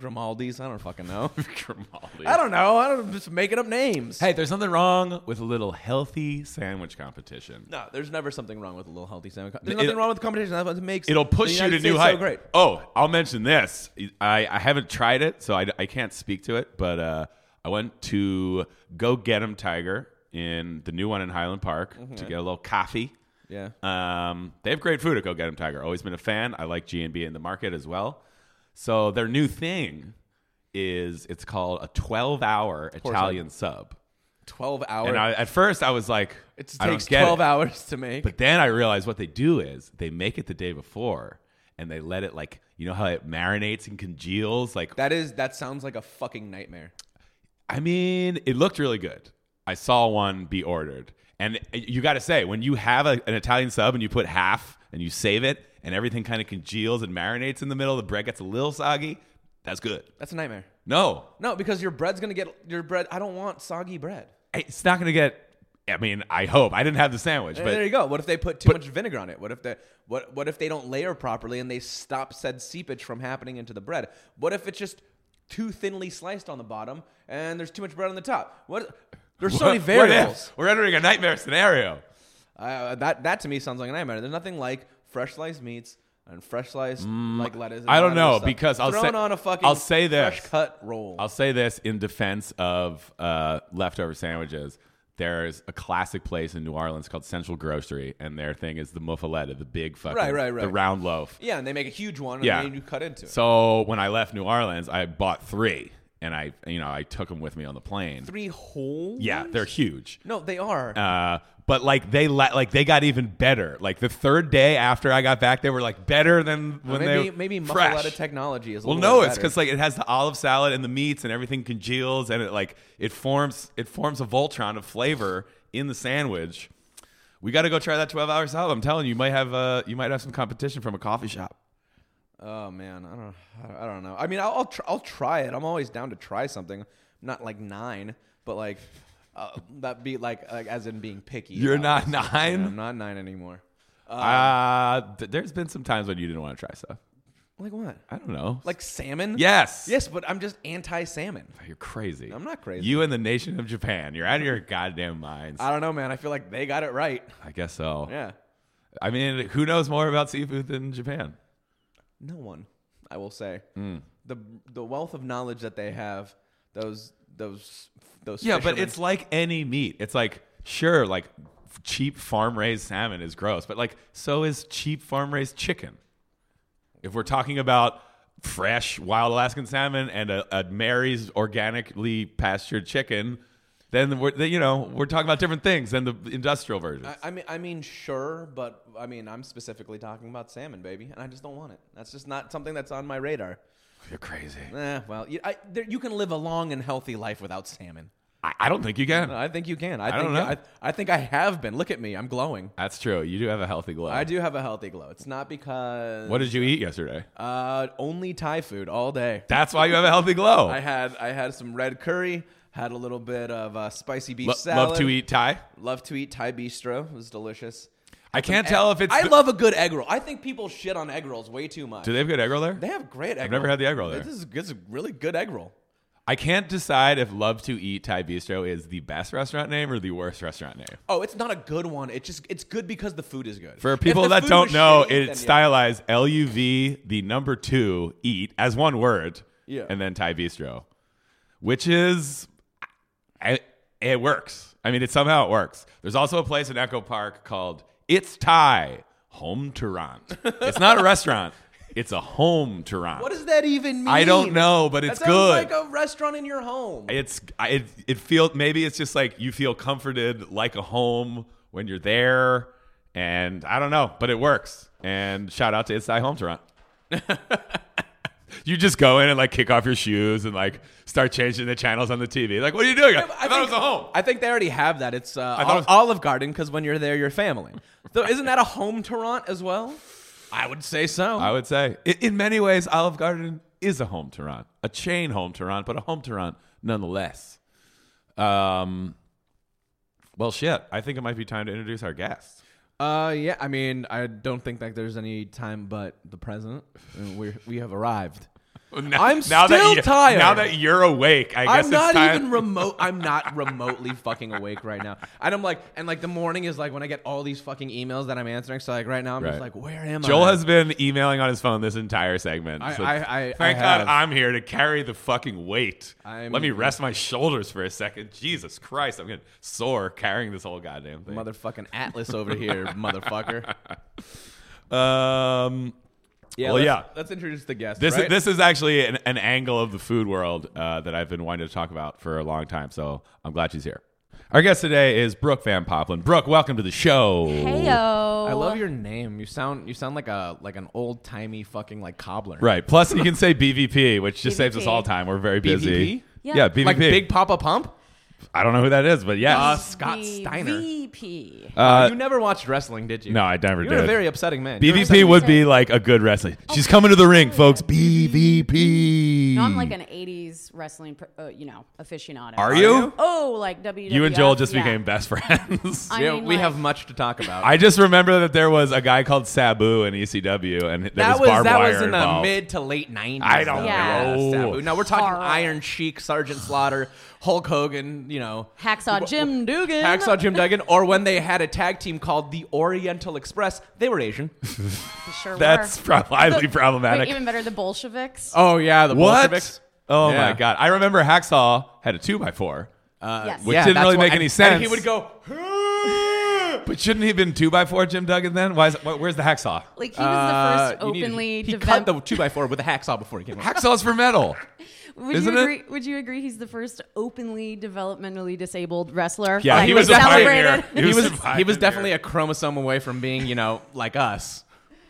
Speaker 2: Grimaldi's, I don't fucking know.
Speaker 1: Grimaldi.
Speaker 2: I don't know. I don't I'm just making up names.
Speaker 1: Hey, there's nothing wrong with a little healthy sandwich competition.
Speaker 2: No, there's never something wrong with a little healthy sandwich. There's
Speaker 1: It-
Speaker 2: nothing wrong with competition. That's what makes
Speaker 1: It'll
Speaker 2: the
Speaker 1: push you to
Speaker 2: United
Speaker 1: new
Speaker 2: States
Speaker 1: heights.
Speaker 2: So great.
Speaker 1: Oh, I'll mention this. I, I haven't tried it, so I, I can't speak to it, but uh, I went to Go Get 'em Tiger in the new one in Highland Park
Speaker 2: Mm-hmm.
Speaker 1: to get a little coffee.
Speaker 2: Yeah.
Speaker 1: Um, they have great food at Go Get 'em Tiger. Always been a fan. I like G&B in the market as well. So their new thing is it's called a 12-hour Italian sub.
Speaker 2: 12 hours.
Speaker 1: And I, at first I was like,
Speaker 2: it
Speaker 1: I don't
Speaker 2: takes
Speaker 1: get
Speaker 2: 12
Speaker 1: it.
Speaker 2: hours to make.
Speaker 1: But then I realized what they do is they make it the day before and they let it like you know how it marinates and congeals. Like
Speaker 2: That is that sounds like a fucking nightmare.
Speaker 1: I mean, it looked really good. I saw one be ordered, and you got to say when you have a, an Italian sub and you put half and you save it, and everything kind of congeals and marinates in the middle. The bread gets a little soggy. That's good.
Speaker 2: That's a nightmare.
Speaker 1: No,
Speaker 2: No, because your bread's gonna get your bread. I don't want soggy bread.
Speaker 1: it's not gonna get. I mean, I hope I didn't have the sandwich,
Speaker 2: there
Speaker 1: but
Speaker 2: you go. What if they put too much vinegar on it? What if they what what if they don't layer properly and they stop said seepage from happening into the bread? What if it's just too thinly sliced on the bottom and there's too much bread on the top? What there's so many
Speaker 1: What- what if?
Speaker 2: variables.
Speaker 1: We're entering a nightmare scenario.
Speaker 2: Uh, that that to me sounds like a nightmare. There's nothing like fresh sliced meats and fresh sliced like lettuce. and
Speaker 1: Mm, I
Speaker 2: all
Speaker 1: don't
Speaker 2: that other
Speaker 1: know,
Speaker 2: stuff.
Speaker 1: because I'll say-
Speaker 2: Thrown on a fucking
Speaker 1: I'll say this.
Speaker 2: fresh cut roll.
Speaker 1: I'll say this in defense of uh, leftover sandwiches. There's a classic place in New Orleans called Central Grocery, and their thing is the muffaletta, the big fucking,
Speaker 2: Right, right, right.
Speaker 1: the round loaf.
Speaker 2: yeah, and they make a huge one and
Speaker 1: Yeah.
Speaker 2: then you cut into it.
Speaker 1: So when I left New Orleans, I bought three, and I, you know, I took them with me on the plane.
Speaker 2: three whole.
Speaker 1: Yeah,
Speaker 2: ones?
Speaker 1: they're huge.
Speaker 2: No, they are.
Speaker 1: Uh, but like they let, like they got even better. Like the third day after I got back, they were like better than when
Speaker 2: maybe
Speaker 1: they
Speaker 2: maybe
Speaker 1: fresh.
Speaker 2: muffaletta technology is. A
Speaker 1: Well,
Speaker 2: little
Speaker 1: no,
Speaker 2: bit
Speaker 1: it's
Speaker 2: better.
Speaker 1: because like it has the olive salad and the meats and everything congeals and it like it forms it forms a Voltron of flavor in the sandwich. We got to go try that twelve hour salad. I'm telling you, you might have uh, you might have some competition from a coffee shop.
Speaker 2: Oh man, I don't. I don't know. I mean, I'll I'll, tr- I'll try it. I'm always down to try something. Not like nine, but like uh, that be like like as in being picky.
Speaker 1: You're
Speaker 2: about
Speaker 1: not nine?
Speaker 2: Yeah, I'm not nine anymore. Um,
Speaker 1: Uh, th- there's been some times when you didn't want to try stuff.
Speaker 2: Like what?
Speaker 1: I don't know.
Speaker 2: Like salmon?
Speaker 1: yes, Oh,
Speaker 2: Yes, but I'm just anti salmon.
Speaker 1: You're crazy.
Speaker 2: I'm not crazy.
Speaker 1: You and the nation of Japan. You're out of your goddamn minds.
Speaker 2: I don't know, man. I feel like they got it right.
Speaker 1: I guess so.
Speaker 2: Yeah.
Speaker 1: I mean, who knows more about seafood than Japan?
Speaker 2: No one, I will say,
Speaker 1: Mm.
Speaker 2: the the wealth of knowledge that they have. Those those those.
Speaker 1: Yeah, but
Speaker 2: fishermen-
Speaker 1: it's like any meat. It's like sure, like f- cheap farm raised salmon is gross, but like so is cheap farm raised chicken. If we're talking about fresh wild Alaskan salmon and a, a Mary's organically pastured chicken, then we're then, you know we're talking about different things than the industrial version.
Speaker 2: I, I mean, I mean, sure, but I mean, I'm specifically talking about salmon, baby, and I just don't want it. That's just not something that's on my radar.
Speaker 1: You're crazy.
Speaker 2: Eh, well, you, I, there, you can live a long and healthy life without salmon.
Speaker 1: I, I don't think you can.
Speaker 2: No, I think you can. I,
Speaker 1: I
Speaker 2: think
Speaker 1: don't know.
Speaker 2: I, I think I have been. Look at me. I'm glowing.
Speaker 1: That's true. You do have a healthy glow.
Speaker 2: I do have a healthy glow. It's not because
Speaker 1: What did you eat yesterday?
Speaker 2: uh, only Thai food all day.
Speaker 1: That's why you have a healthy glow.
Speaker 2: I had I had some red curry. Had a little bit of uh, spicy beef
Speaker 1: Lo-
Speaker 2: salad.
Speaker 1: love to eat Thai.
Speaker 2: Love to eat Thai bistro. It was delicious.
Speaker 1: I can't tell if it's.
Speaker 2: I love a good egg roll. I think people shit on egg rolls way too much.
Speaker 1: Do they have good egg roll there?
Speaker 2: They have great egg I've
Speaker 1: never had the egg roll there.
Speaker 2: This is, this is a really good egg roll.
Speaker 1: I can't decide if Love to Eat Thai Bistro is the best restaurant name or the worst restaurant name.
Speaker 2: Oh, it's not a good one. It's just it's good because the food is good.
Speaker 1: For
Speaker 2: If
Speaker 1: people
Speaker 2: the
Speaker 1: that
Speaker 2: food
Speaker 1: don't
Speaker 2: was
Speaker 1: know,
Speaker 2: shitty, then yeah.
Speaker 1: it's stylized L U V, the number two, eat as one word,
Speaker 2: Yeah.
Speaker 1: and then Thai Bistro, which is, I, it works. I mean, it somehow it works. There's also a place in Echo Park called It's Thai Home Tarant. it's not a restaurant. It's a home Tarant.
Speaker 2: What does that even mean?
Speaker 1: I don't know, but it's
Speaker 2: that sounds
Speaker 1: good.
Speaker 2: Like a restaurant in your home.
Speaker 1: it's I- it, it feels maybe it's just like you feel comforted like a home when you're there and i don't know but it works and shout out to it's thy home toronto you just go in and like kick off your shoes and like start changing the channels on the tv like what are you doing i, thought it was a home
Speaker 2: I think they already have that. It's uh,
Speaker 1: thought it was-
Speaker 2: Olive Garden because when you're there, you're family. so isn't that a home Toronto as well? I would say so.
Speaker 1: i would say i- in many ways olive garden is a home toronto a chain home toronto but a home toronto nonetheless um well shit i think it might be time to introduce our guest
Speaker 2: Uh, yeah. I mean, I don't think that there's any time but the present. We we have arrived.
Speaker 1: Now,
Speaker 2: I'm
Speaker 1: now
Speaker 2: still
Speaker 1: that you-
Speaker 2: tired.
Speaker 1: Now that you're awake, I guess
Speaker 2: I'm
Speaker 1: it's
Speaker 2: not
Speaker 1: time.
Speaker 2: even remote. I'm not remotely fucking awake right now. And I'm like, and like the morning is like when I get all these fucking emails that I'm answering. So like right now, I'm just
Speaker 1: Right.
Speaker 2: like, where am I?
Speaker 1: Joel has been emailing on his phone this entire segment.
Speaker 2: I-
Speaker 1: so
Speaker 2: I- I-
Speaker 1: thank
Speaker 2: I
Speaker 1: God
Speaker 2: have.
Speaker 1: I'm here to carry the fucking weight.
Speaker 2: I'm-
Speaker 1: Let me rest my shoulders for a second. Jesus Christ, I'm gonna soar carrying this whole goddamn thing.
Speaker 2: motherfucking Atlas over here, motherfucker.
Speaker 1: um,
Speaker 2: Yeah,
Speaker 1: Well,
Speaker 2: let's,
Speaker 1: yeah.
Speaker 2: Let's introduce the guest.
Speaker 1: this
Speaker 2: right?
Speaker 1: is, this is actually an, an angle of the food world uh, that I've been wanting to talk about for a long time. So I'm glad she's here. Our guest today is Brooke Van Poplin. Brooke, welcome to the show.
Speaker 3: Heyo.
Speaker 2: I love your name. You sound you sound like a like an old timey fucking like cobbler.
Speaker 1: Right. Plus, you can say BVP, which just saves us
Speaker 3: BVP.
Speaker 1: all time. We're very busy.
Speaker 2: BVP?
Speaker 3: Yeah.
Speaker 1: BVP.
Speaker 2: Like Big Papa Pump.
Speaker 1: I don't know who that is, but yes.
Speaker 2: Uh, Scott Steiner.
Speaker 3: VP.
Speaker 1: Uh,
Speaker 2: Oh, you never watched wrestling, did you?
Speaker 1: no, I never
Speaker 2: You're
Speaker 1: did.
Speaker 2: a very upsetting man. You're
Speaker 1: BVP
Speaker 3: upset.
Speaker 1: would be like a good wrestling.
Speaker 3: Oh,
Speaker 1: She's coming to the ring, folks. BVP.
Speaker 3: No, I'm like an 80s wrestling, per- uh, you know, aficionado.
Speaker 1: Hmm. Are you?
Speaker 2: you?
Speaker 3: Oh, like WWE.
Speaker 1: You and Joel just became best friends.
Speaker 3: I
Speaker 2: Yeah,
Speaker 3: mean,
Speaker 2: we
Speaker 3: like-
Speaker 2: have much to talk about.
Speaker 1: I just remember that there was a guy called Sabu in ECW, and there was
Speaker 2: that was,
Speaker 1: barbed
Speaker 2: that
Speaker 1: wire
Speaker 2: was in
Speaker 1: involved.
Speaker 2: the mid to late nineties.
Speaker 1: I don't
Speaker 3: know.
Speaker 2: Sabu. No, we're talking
Speaker 3: Horrible.
Speaker 2: Iron Sheik, Sergeant Slaughter, Hulk Hogan. You know, oh,
Speaker 3: Hacksaw Jim Dugan.
Speaker 2: Hacksaw Jim Duggan, or when they had a tag team called the Oriental Express. They were Asian.
Speaker 3: Sure
Speaker 1: That's
Speaker 3: were.
Speaker 1: prob- highly
Speaker 3: The-
Speaker 1: problematic.
Speaker 3: Wait, even better, the Bolsheviks.
Speaker 2: Oh yeah, the
Speaker 1: what? Oh
Speaker 2: Yeah.
Speaker 1: my god! I remember Hacksaw had a two by four,
Speaker 3: yes.
Speaker 1: which didn't
Speaker 2: that's
Speaker 1: really
Speaker 2: why-
Speaker 1: make
Speaker 2: and-
Speaker 1: any sense.
Speaker 2: And he would go.
Speaker 1: but shouldn't he have been two by four, Jim Duggan? Then why? Is, wh- where's the hacksaw?
Speaker 3: like he was the first
Speaker 2: Uh, you need to-
Speaker 3: openly.
Speaker 2: he cut
Speaker 3: developed.
Speaker 2: the two by four with a hacksaw before he came. out.
Speaker 1: Hacksaw's for metal.
Speaker 3: would
Speaker 1: isn't
Speaker 3: you
Speaker 1: it?
Speaker 3: agree? Would you agree? He's the first openly developmentally disabled wrestler.
Speaker 1: Yeah,
Speaker 3: Like,
Speaker 1: he was a
Speaker 3: celebrated.
Speaker 1: pioneer.
Speaker 2: He was
Speaker 1: survived
Speaker 2: he was
Speaker 1: in
Speaker 2: definitely
Speaker 1: here.
Speaker 2: a chromosome away from being you know like us.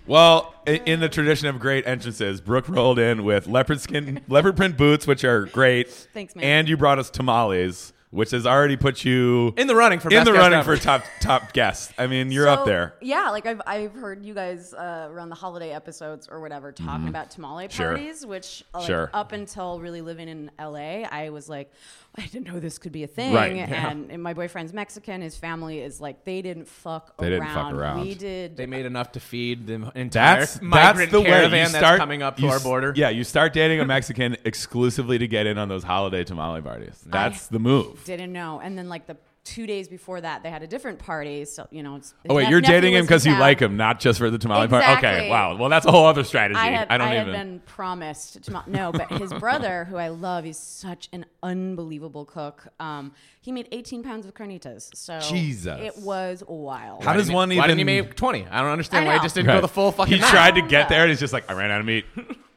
Speaker 1: Well, i- in the tradition of great entrances, Brooke rolled in with leopard skin, leopard print boots, which are great.
Speaker 3: Thanks, man.
Speaker 1: And you brought us tamales, which has already put you
Speaker 2: In the running for
Speaker 1: in
Speaker 2: best
Speaker 1: the
Speaker 2: guest
Speaker 1: running
Speaker 2: ever.
Speaker 1: for top top guest. I mean, you're
Speaker 3: So,
Speaker 1: up there.
Speaker 3: Yeah, like I've, I've heard you guys uh, around the holiday episodes or whatever talking about tamale
Speaker 1: Mm-hmm. Sure.
Speaker 3: parties, which like,
Speaker 1: Sure.
Speaker 3: up until really living in LA, I was like, I didn't know this could be a thing.
Speaker 1: Right, yeah.
Speaker 3: and, and my boyfriend's Mexican, his family is like, they didn't fuck
Speaker 1: They
Speaker 3: around.
Speaker 1: didn't fuck around.
Speaker 3: We did.
Speaker 2: They made enough to feed the entire
Speaker 1: That's
Speaker 2: migrant
Speaker 1: that's the
Speaker 2: caravan
Speaker 1: way you start
Speaker 2: that's coming up to
Speaker 1: you
Speaker 2: our
Speaker 1: s-
Speaker 2: border.
Speaker 1: Yeah, you start dating a Mexican exclusively to get in on those holiday tamale parties. That's the move.
Speaker 3: didn't know. And then like the two days before that, they had a different party. So, you know, it's.
Speaker 1: Oh wait,
Speaker 3: his
Speaker 1: you're
Speaker 3: nephew
Speaker 1: dating him
Speaker 3: was
Speaker 1: because you
Speaker 3: with them.
Speaker 1: like him, not just for the tamale part. Okay,
Speaker 3: Exactly.
Speaker 1: wow. Well, that's a whole other strategy.
Speaker 3: I had, I
Speaker 1: don't
Speaker 3: had
Speaker 1: even.
Speaker 3: been promised to not- no, but his brother, who I love, he's such an unbelievable cook. Um, he made 18 pounds of carnitas, so
Speaker 1: Jesus.
Speaker 3: it was wild.
Speaker 1: How does one
Speaker 2: Why
Speaker 1: even?
Speaker 2: didn't he make twenty? I don't understand
Speaker 3: I
Speaker 2: why he
Speaker 3: know.
Speaker 2: just didn't
Speaker 1: Right.
Speaker 2: go the full fucking.
Speaker 1: He
Speaker 2: nine.
Speaker 1: tried to get there, and he's just like, I ran out of meat.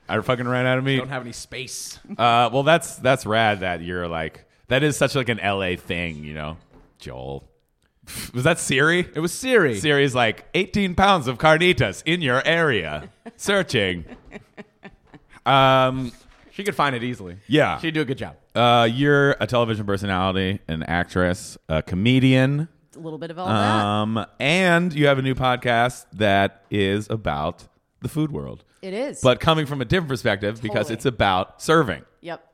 Speaker 1: I fucking ran out of meat.
Speaker 2: Don't have any space.
Speaker 1: Uh, well, that's that's rad that you're like that is such like an LA thing, you know. Joel, was that Siri?
Speaker 2: It was Siri.
Speaker 1: Siri's like 18 pounds of carnitas in your area. Searching. Um,
Speaker 2: She could find it easily.
Speaker 1: Yeah.
Speaker 2: She'd do a good job.
Speaker 1: Uh, you're a television personality, an actress, a comedian,
Speaker 3: A little bit of all that.
Speaker 1: um, and you have a new podcast that is about the food world,
Speaker 3: It is.
Speaker 1: but coming from a different perspective because
Speaker 3: Totally.
Speaker 1: it's about serving.
Speaker 3: Yep.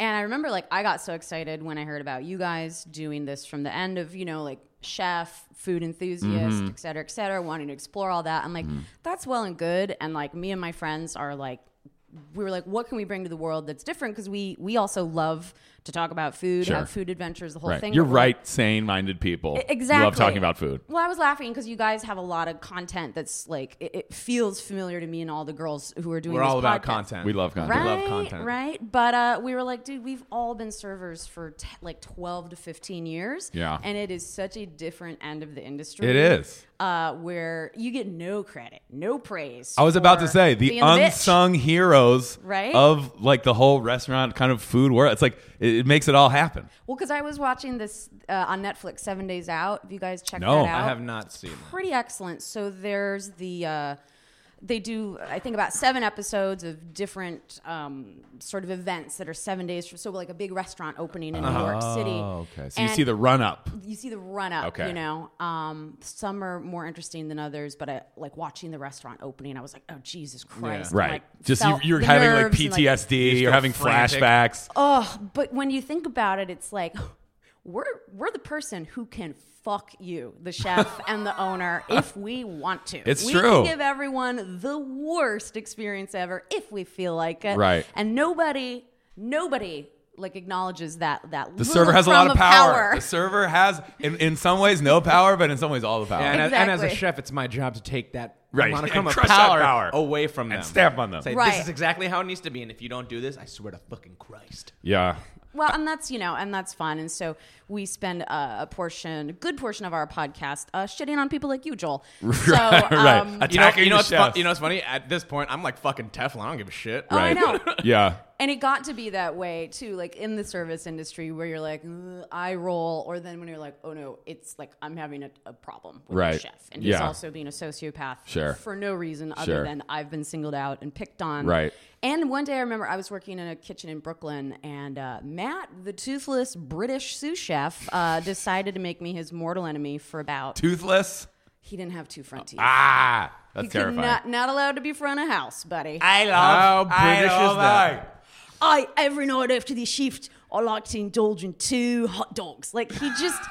Speaker 3: And I remember like I got so excited when I heard about you guys doing this from the end of, you know, like chef, food enthusiast,
Speaker 1: Mm-hmm.
Speaker 3: et cetera, et cetera, wanting to explore all that. I'm like, that's well and good. And like me and my friends are like we were like, what can we bring to the world that's different? Because we we also love to talk about food,
Speaker 1: Sure.
Speaker 3: have food adventures, the whole
Speaker 1: Right.
Speaker 3: thing.
Speaker 1: You're
Speaker 3: but we're like,
Speaker 1: right, sane minded people.
Speaker 3: E, Exactly.
Speaker 1: Love talking about food.
Speaker 3: Well, I was laughing because you guys have a lot of content that's like it, it feels familiar to me and all the girls who are doing.
Speaker 2: We're
Speaker 3: this
Speaker 2: all about
Speaker 3: podcast.
Speaker 2: content.
Speaker 1: We love content.
Speaker 3: Right,
Speaker 2: We love content.
Speaker 3: right. But uh, we were like, dude, we've all been servers for t- like twelve to fifteen years.
Speaker 1: Yeah.
Speaker 3: and it is such a different end of the industry.
Speaker 1: It is.
Speaker 3: uh, where you get no credit, no praise.
Speaker 1: I was about to
Speaker 3: for
Speaker 1: say the
Speaker 3: being bitch.
Speaker 1: unsung heroes
Speaker 3: Right?
Speaker 1: of like the whole restaurant kind of food world. It's like it, it makes it all happen.
Speaker 3: Well, because I was watching this uh, on Netflix, Seven Days Out. Have you guys checked
Speaker 1: No,
Speaker 3: that out?
Speaker 2: I have not seen that.
Speaker 3: pretty excellent. So there's the uh, they do I think about seven episodes of different um, sort of events that are seven days. From, so like a big restaurant opening in New York City.
Speaker 1: Oh, okay. So you
Speaker 3: And
Speaker 1: see the run up.
Speaker 3: you see the run up.
Speaker 1: Okay.
Speaker 3: You know, um, some are more interesting than others. But I, like watching the restaurant opening, I was like, oh Jesus Christ!
Speaker 1: Right.
Speaker 3: And, like,
Speaker 1: Just you,
Speaker 3: felt
Speaker 1: you're
Speaker 3: the
Speaker 1: having like
Speaker 3: nerves and,
Speaker 1: PTSD,
Speaker 2: You
Speaker 1: you're
Speaker 2: feel
Speaker 1: having
Speaker 2: frantic.
Speaker 1: flashbacks.
Speaker 3: Oh, but when you think about it, it's like we're we're the person who can fuck you, the chef and the owner, if we want to.
Speaker 1: It's
Speaker 3: we
Speaker 1: true.
Speaker 3: Can give everyone the worst experience ever if we feel like it.
Speaker 1: Right.
Speaker 3: And nobody, nobody like acknowledges that that
Speaker 1: The server has a lot of power.
Speaker 3: power.
Speaker 1: The server has, in, in some ways, no power, but in some ways, all the power.
Speaker 2: And,
Speaker 1: And,
Speaker 2: as- and as a
Speaker 3: Exactly.
Speaker 2: chef, it's my job to take that
Speaker 1: Right.
Speaker 2: monochrome
Speaker 1: And
Speaker 2: of
Speaker 1: crush that
Speaker 2: power,
Speaker 1: power.
Speaker 2: away from them.
Speaker 1: stamp on them.
Speaker 2: Say,
Speaker 3: Right.
Speaker 2: this is exactly how it needs to be, and if you don't do this, I swear to fucking Christ.
Speaker 1: yeah.
Speaker 3: Well, and that's you know, and that's fun, and so we spend uh, a portion, a good portion of our podcast, uh, shitting on people like you, Joel. So,
Speaker 1: right.
Speaker 3: um,
Speaker 1: Att-
Speaker 2: You know,
Speaker 1: Attacking
Speaker 2: you, know
Speaker 1: the
Speaker 2: what's fun,
Speaker 1: chefs.
Speaker 2: you know what's funny? At this point, I'm like fucking Teflon. I don't give a shit.
Speaker 3: Oh, I know.
Speaker 1: yeah.
Speaker 3: And it got to be that way too, like in the service industry where you're like, "Ugh, I roll, or then when you're like, oh no, it's like I'm having a, a problem with
Speaker 1: Right.
Speaker 3: the chef. And he's
Speaker 1: Yeah.
Speaker 3: also being a sociopath
Speaker 1: Sure.
Speaker 3: for no reason other
Speaker 1: Sure.
Speaker 3: than I've been singled out and picked on.
Speaker 1: Right.
Speaker 3: And one day I remember I was working in a kitchen in Brooklyn, and uh, Matt, the toothless British sous chef, uh, decided to make me his mortal enemy for about.
Speaker 1: Toothless.
Speaker 3: He didn't have two front teeth.
Speaker 1: Ah. That's
Speaker 3: he could
Speaker 1: terrifying.
Speaker 3: not, not allowed to be front of house, buddy.
Speaker 1: I
Speaker 2: love- How I British is love that?
Speaker 3: I every night after the shift, I like to indulge in two hot dogs. Like he just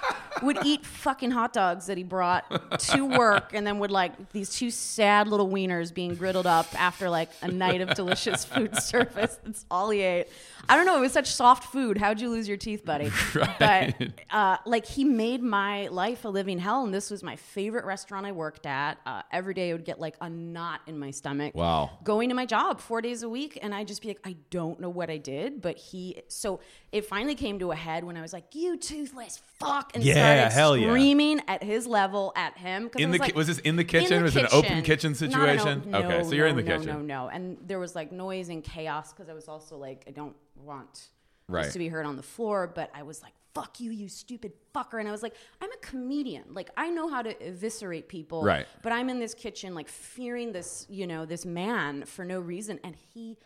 Speaker 3: would eat fucking hot dogs that he brought to work, and then would like these two sad little wieners being griddled up after like a night of delicious food service. That's all he ate. I don't know. It was such soft food. How'd you lose your teeth, buddy? But uh, like he made my life a living hell, and this was my favorite restaurant I worked at. Uh, every day I would get like a knot in my stomach
Speaker 1: Wow.
Speaker 3: going to my job four days a week and i just be like i don't know what i did but he so it finally came to a head when i was like you toothless fuck and
Speaker 1: Yeah,
Speaker 3: started
Speaker 1: hell yeah.
Speaker 3: screaming at his level at him 'cause I
Speaker 1: In
Speaker 3: was,
Speaker 1: the ki-
Speaker 3: like,
Speaker 1: was this in the
Speaker 3: in
Speaker 1: kitchen? Was it an open kitchen
Speaker 3: Not an o-
Speaker 1: situation?
Speaker 3: no,
Speaker 1: Okay, so you're in
Speaker 3: no,
Speaker 1: the
Speaker 3: no,
Speaker 1: kitchen.
Speaker 3: no no and there was like noise and chaos because i was also like i don't want
Speaker 1: Right.
Speaker 3: this to be heard on the floor but i was like fuck you you stupid fucker and i was like i'm a comedian like i know how to eviscerate people
Speaker 1: Right.
Speaker 3: but I'm in this kitchen, like fearing this, you know, this man for no reason, and he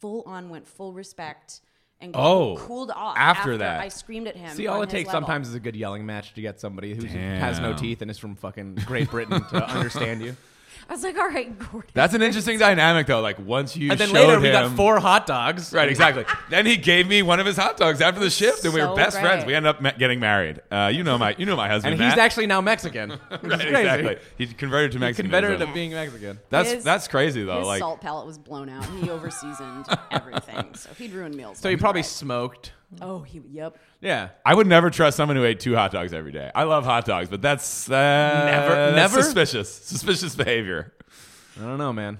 Speaker 3: full on went full respect and
Speaker 1: Oh,
Speaker 3: cooled off
Speaker 1: after that.
Speaker 3: I screamed at him.
Speaker 2: See, all
Speaker 3: on
Speaker 2: it
Speaker 3: his
Speaker 2: takes
Speaker 3: level.
Speaker 2: sometimes is a good yelling match to get somebody who has no
Speaker 1: Damn.
Speaker 2: teeth and is from fucking Great Britain to understand you.
Speaker 3: I was like, all right, Gordon.
Speaker 1: That's an interesting dynamic, though. Like once you
Speaker 2: And then
Speaker 1: showed
Speaker 2: later,
Speaker 1: him,
Speaker 2: we got four hot dogs.
Speaker 1: Right, exactly. then he gave me one of his hot dogs after the shift, and we were
Speaker 3: So
Speaker 1: best friends.
Speaker 3: great.
Speaker 1: We ended up ma- getting married. Uh, you know my, you know my husband.
Speaker 2: And
Speaker 1: Matt.
Speaker 2: he's actually now Mexican. Which
Speaker 1: Right,
Speaker 2: is crazy.
Speaker 1: exactly. He converted to Mexican.
Speaker 2: Converted to being Mexican.
Speaker 1: That's
Speaker 3: His-
Speaker 1: that's crazy though.
Speaker 3: his
Speaker 1: Like
Speaker 3: salt palate was blown out. He overseasoned everything, so he'd ruin meals.
Speaker 2: So he probably smoked.
Speaker 3: oh, he yep.
Speaker 2: Yeah.
Speaker 1: I would never trust someone who ate two hot dogs every day. I love hot dogs, but that's uh, never
Speaker 2: never?
Speaker 1: suspicious. Suspicious behavior.
Speaker 2: I don't know, man.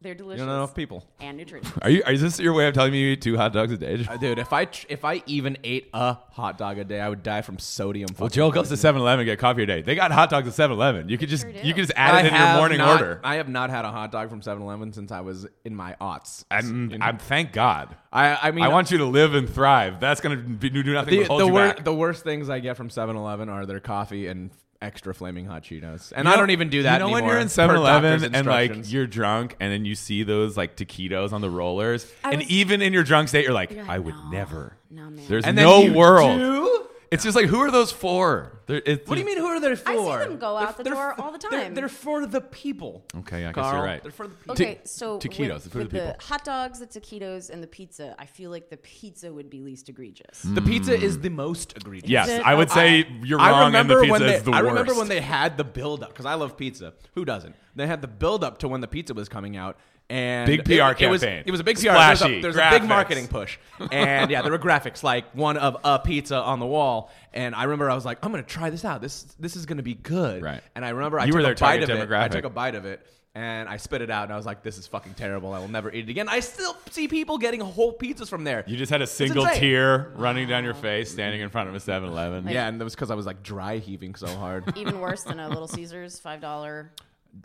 Speaker 3: They're delicious
Speaker 2: You don't know enough people.
Speaker 3: and nutritious.
Speaker 1: Are you? Is this your way of telling me you eat two hot dogs a day?
Speaker 2: Uh, Dude, if I tr- if I even ate a hot dog a day, I would die from sodium.
Speaker 1: Well,
Speaker 2: fucking
Speaker 1: Joel goes to 7-Eleven to get coffee a day. They got hot dogs at 7-Eleven. You could just
Speaker 3: sure do.
Speaker 1: you could just add it in your
Speaker 2: have
Speaker 1: morning
Speaker 2: not-
Speaker 1: order.
Speaker 2: I have not had a hot dog from 7-Eleven since I was in my aughts.
Speaker 1: and I'm, thank God.
Speaker 2: I, I mean,
Speaker 1: I want you to live and thrive. That's gonna be, do nothing
Speaker 2: the,
Speaker 1: but hold
Speaker 2: the,
Speaker 1: you
Speaker 2: wor-
Speaker 1: back.
Speaker 2: the worst things I get from 7-Eleven are their coffee and extra flaming hot Cheetos. And
Speaker 1: You
Speaker 2: I
Speaker 1: know-
Speaker 2: don't even do that
Speaker 1: You know
Speaker 2: anymore.
Speaker 1: when you're in
Speaker 2: per
Speaker 1: 7-Eleven
Speaker 2: doctor's
Speaker 1: and like
Speaker 2: instructions.
Speaker 1: you're drunk and then you see those like taquitos on the rollers,
Speaker 3: I
Speaker 1: and
Speaker 3: was-
Speaker 1: even in your drunk state, you're like,
Speaker 3: You're like,
Speaker 1: I would
Speaker 3: "No,
Speaker 1: never.
Speaker 3: no, man."
Speaker 1: There's
Speaker 2: and then
Speaker 1: no
Speaker 2: you
Speaker 1: world.
Speaker 2: do?
Speaker 1: It's just like, who are those for? They're- it-
Speaker 2: What do you mean? Who are they for?
Speaker 3: them go out the door
Speaker 2: f-
Speaker 3: all the
Speaker 2: They're,
Speaker 3: time.
Speaker 2: they're for the people.
Speaker 1: Okay, I guess
Speaker 2: Carl.
Speaker 1: you're right.
Speaker 2: They're for the people.
Speaker 3: Okay,
Speaker 1: Ta-
Speaker 3: so
Speaker 1: taquitos, the
Speaker 3: with,
Speaker 1: food of
Speaker 3: with
Speaker 1: the
Speaker 3: the
Speaker 1: people.
Speaker 3: hot dogs, the taquitos, and the pizza, I feel like the pizza would be least egregious.
Speaker 2: The pizza is the most egregious.
Speaker 1: Yes,
Speaker 3: Is it-
Speaker 1: I would say you're wrong, and the
Speaker 2: remember
Speaker 1: pizza
Speaker 2: when they,
Speaker 1: is the
Speaker 2: I
Speaker 1: worst.
Speaker 2: remember when they had the build up because I love pizza. Who doesn't? They had the build up to when the pizza was coming out. And
Speaker 1: Big
Speaker 2: it-
Speaker 1: PR
Speaker 2: it, was-
Speaker 1: campaign.
Speaker 2: It was, a big PR. There was a-
Speaker 1: Splashy,
Speaker 2: there was a, big
Speaker 1: graphics.
Speaker 2: marketing push. And yeah, there were graphics like one of a pizza on the wall. And I remember I was like, I'm gonna try this out. This this is gonna be good.
Speaker 1: Right.
Speaker 2: And I remember I
Speaker 1: You
Speaker 2: took
Speaker 1: were
Speaker 2: a
Speaker 1: their
Speaker 2: bite
Speaker 1: target
Speaker 2: of it. I took
Speaker 1: demographic.
Speaker 2: a bite of it. And I spit it out, and I was like, "This is fucking terrible. I will never eat it again." I still see people getting whole pizzas from there.
Speaker 1: You just had a single
Speaker 2: insane.
Speaker 1: tear running down your face standing in front of a 7 Eleven.
Speaker 2: yeah, and that was because I was like dry heaving so hard.
Speaker 3: Even worse than a Little Caesars five dollar.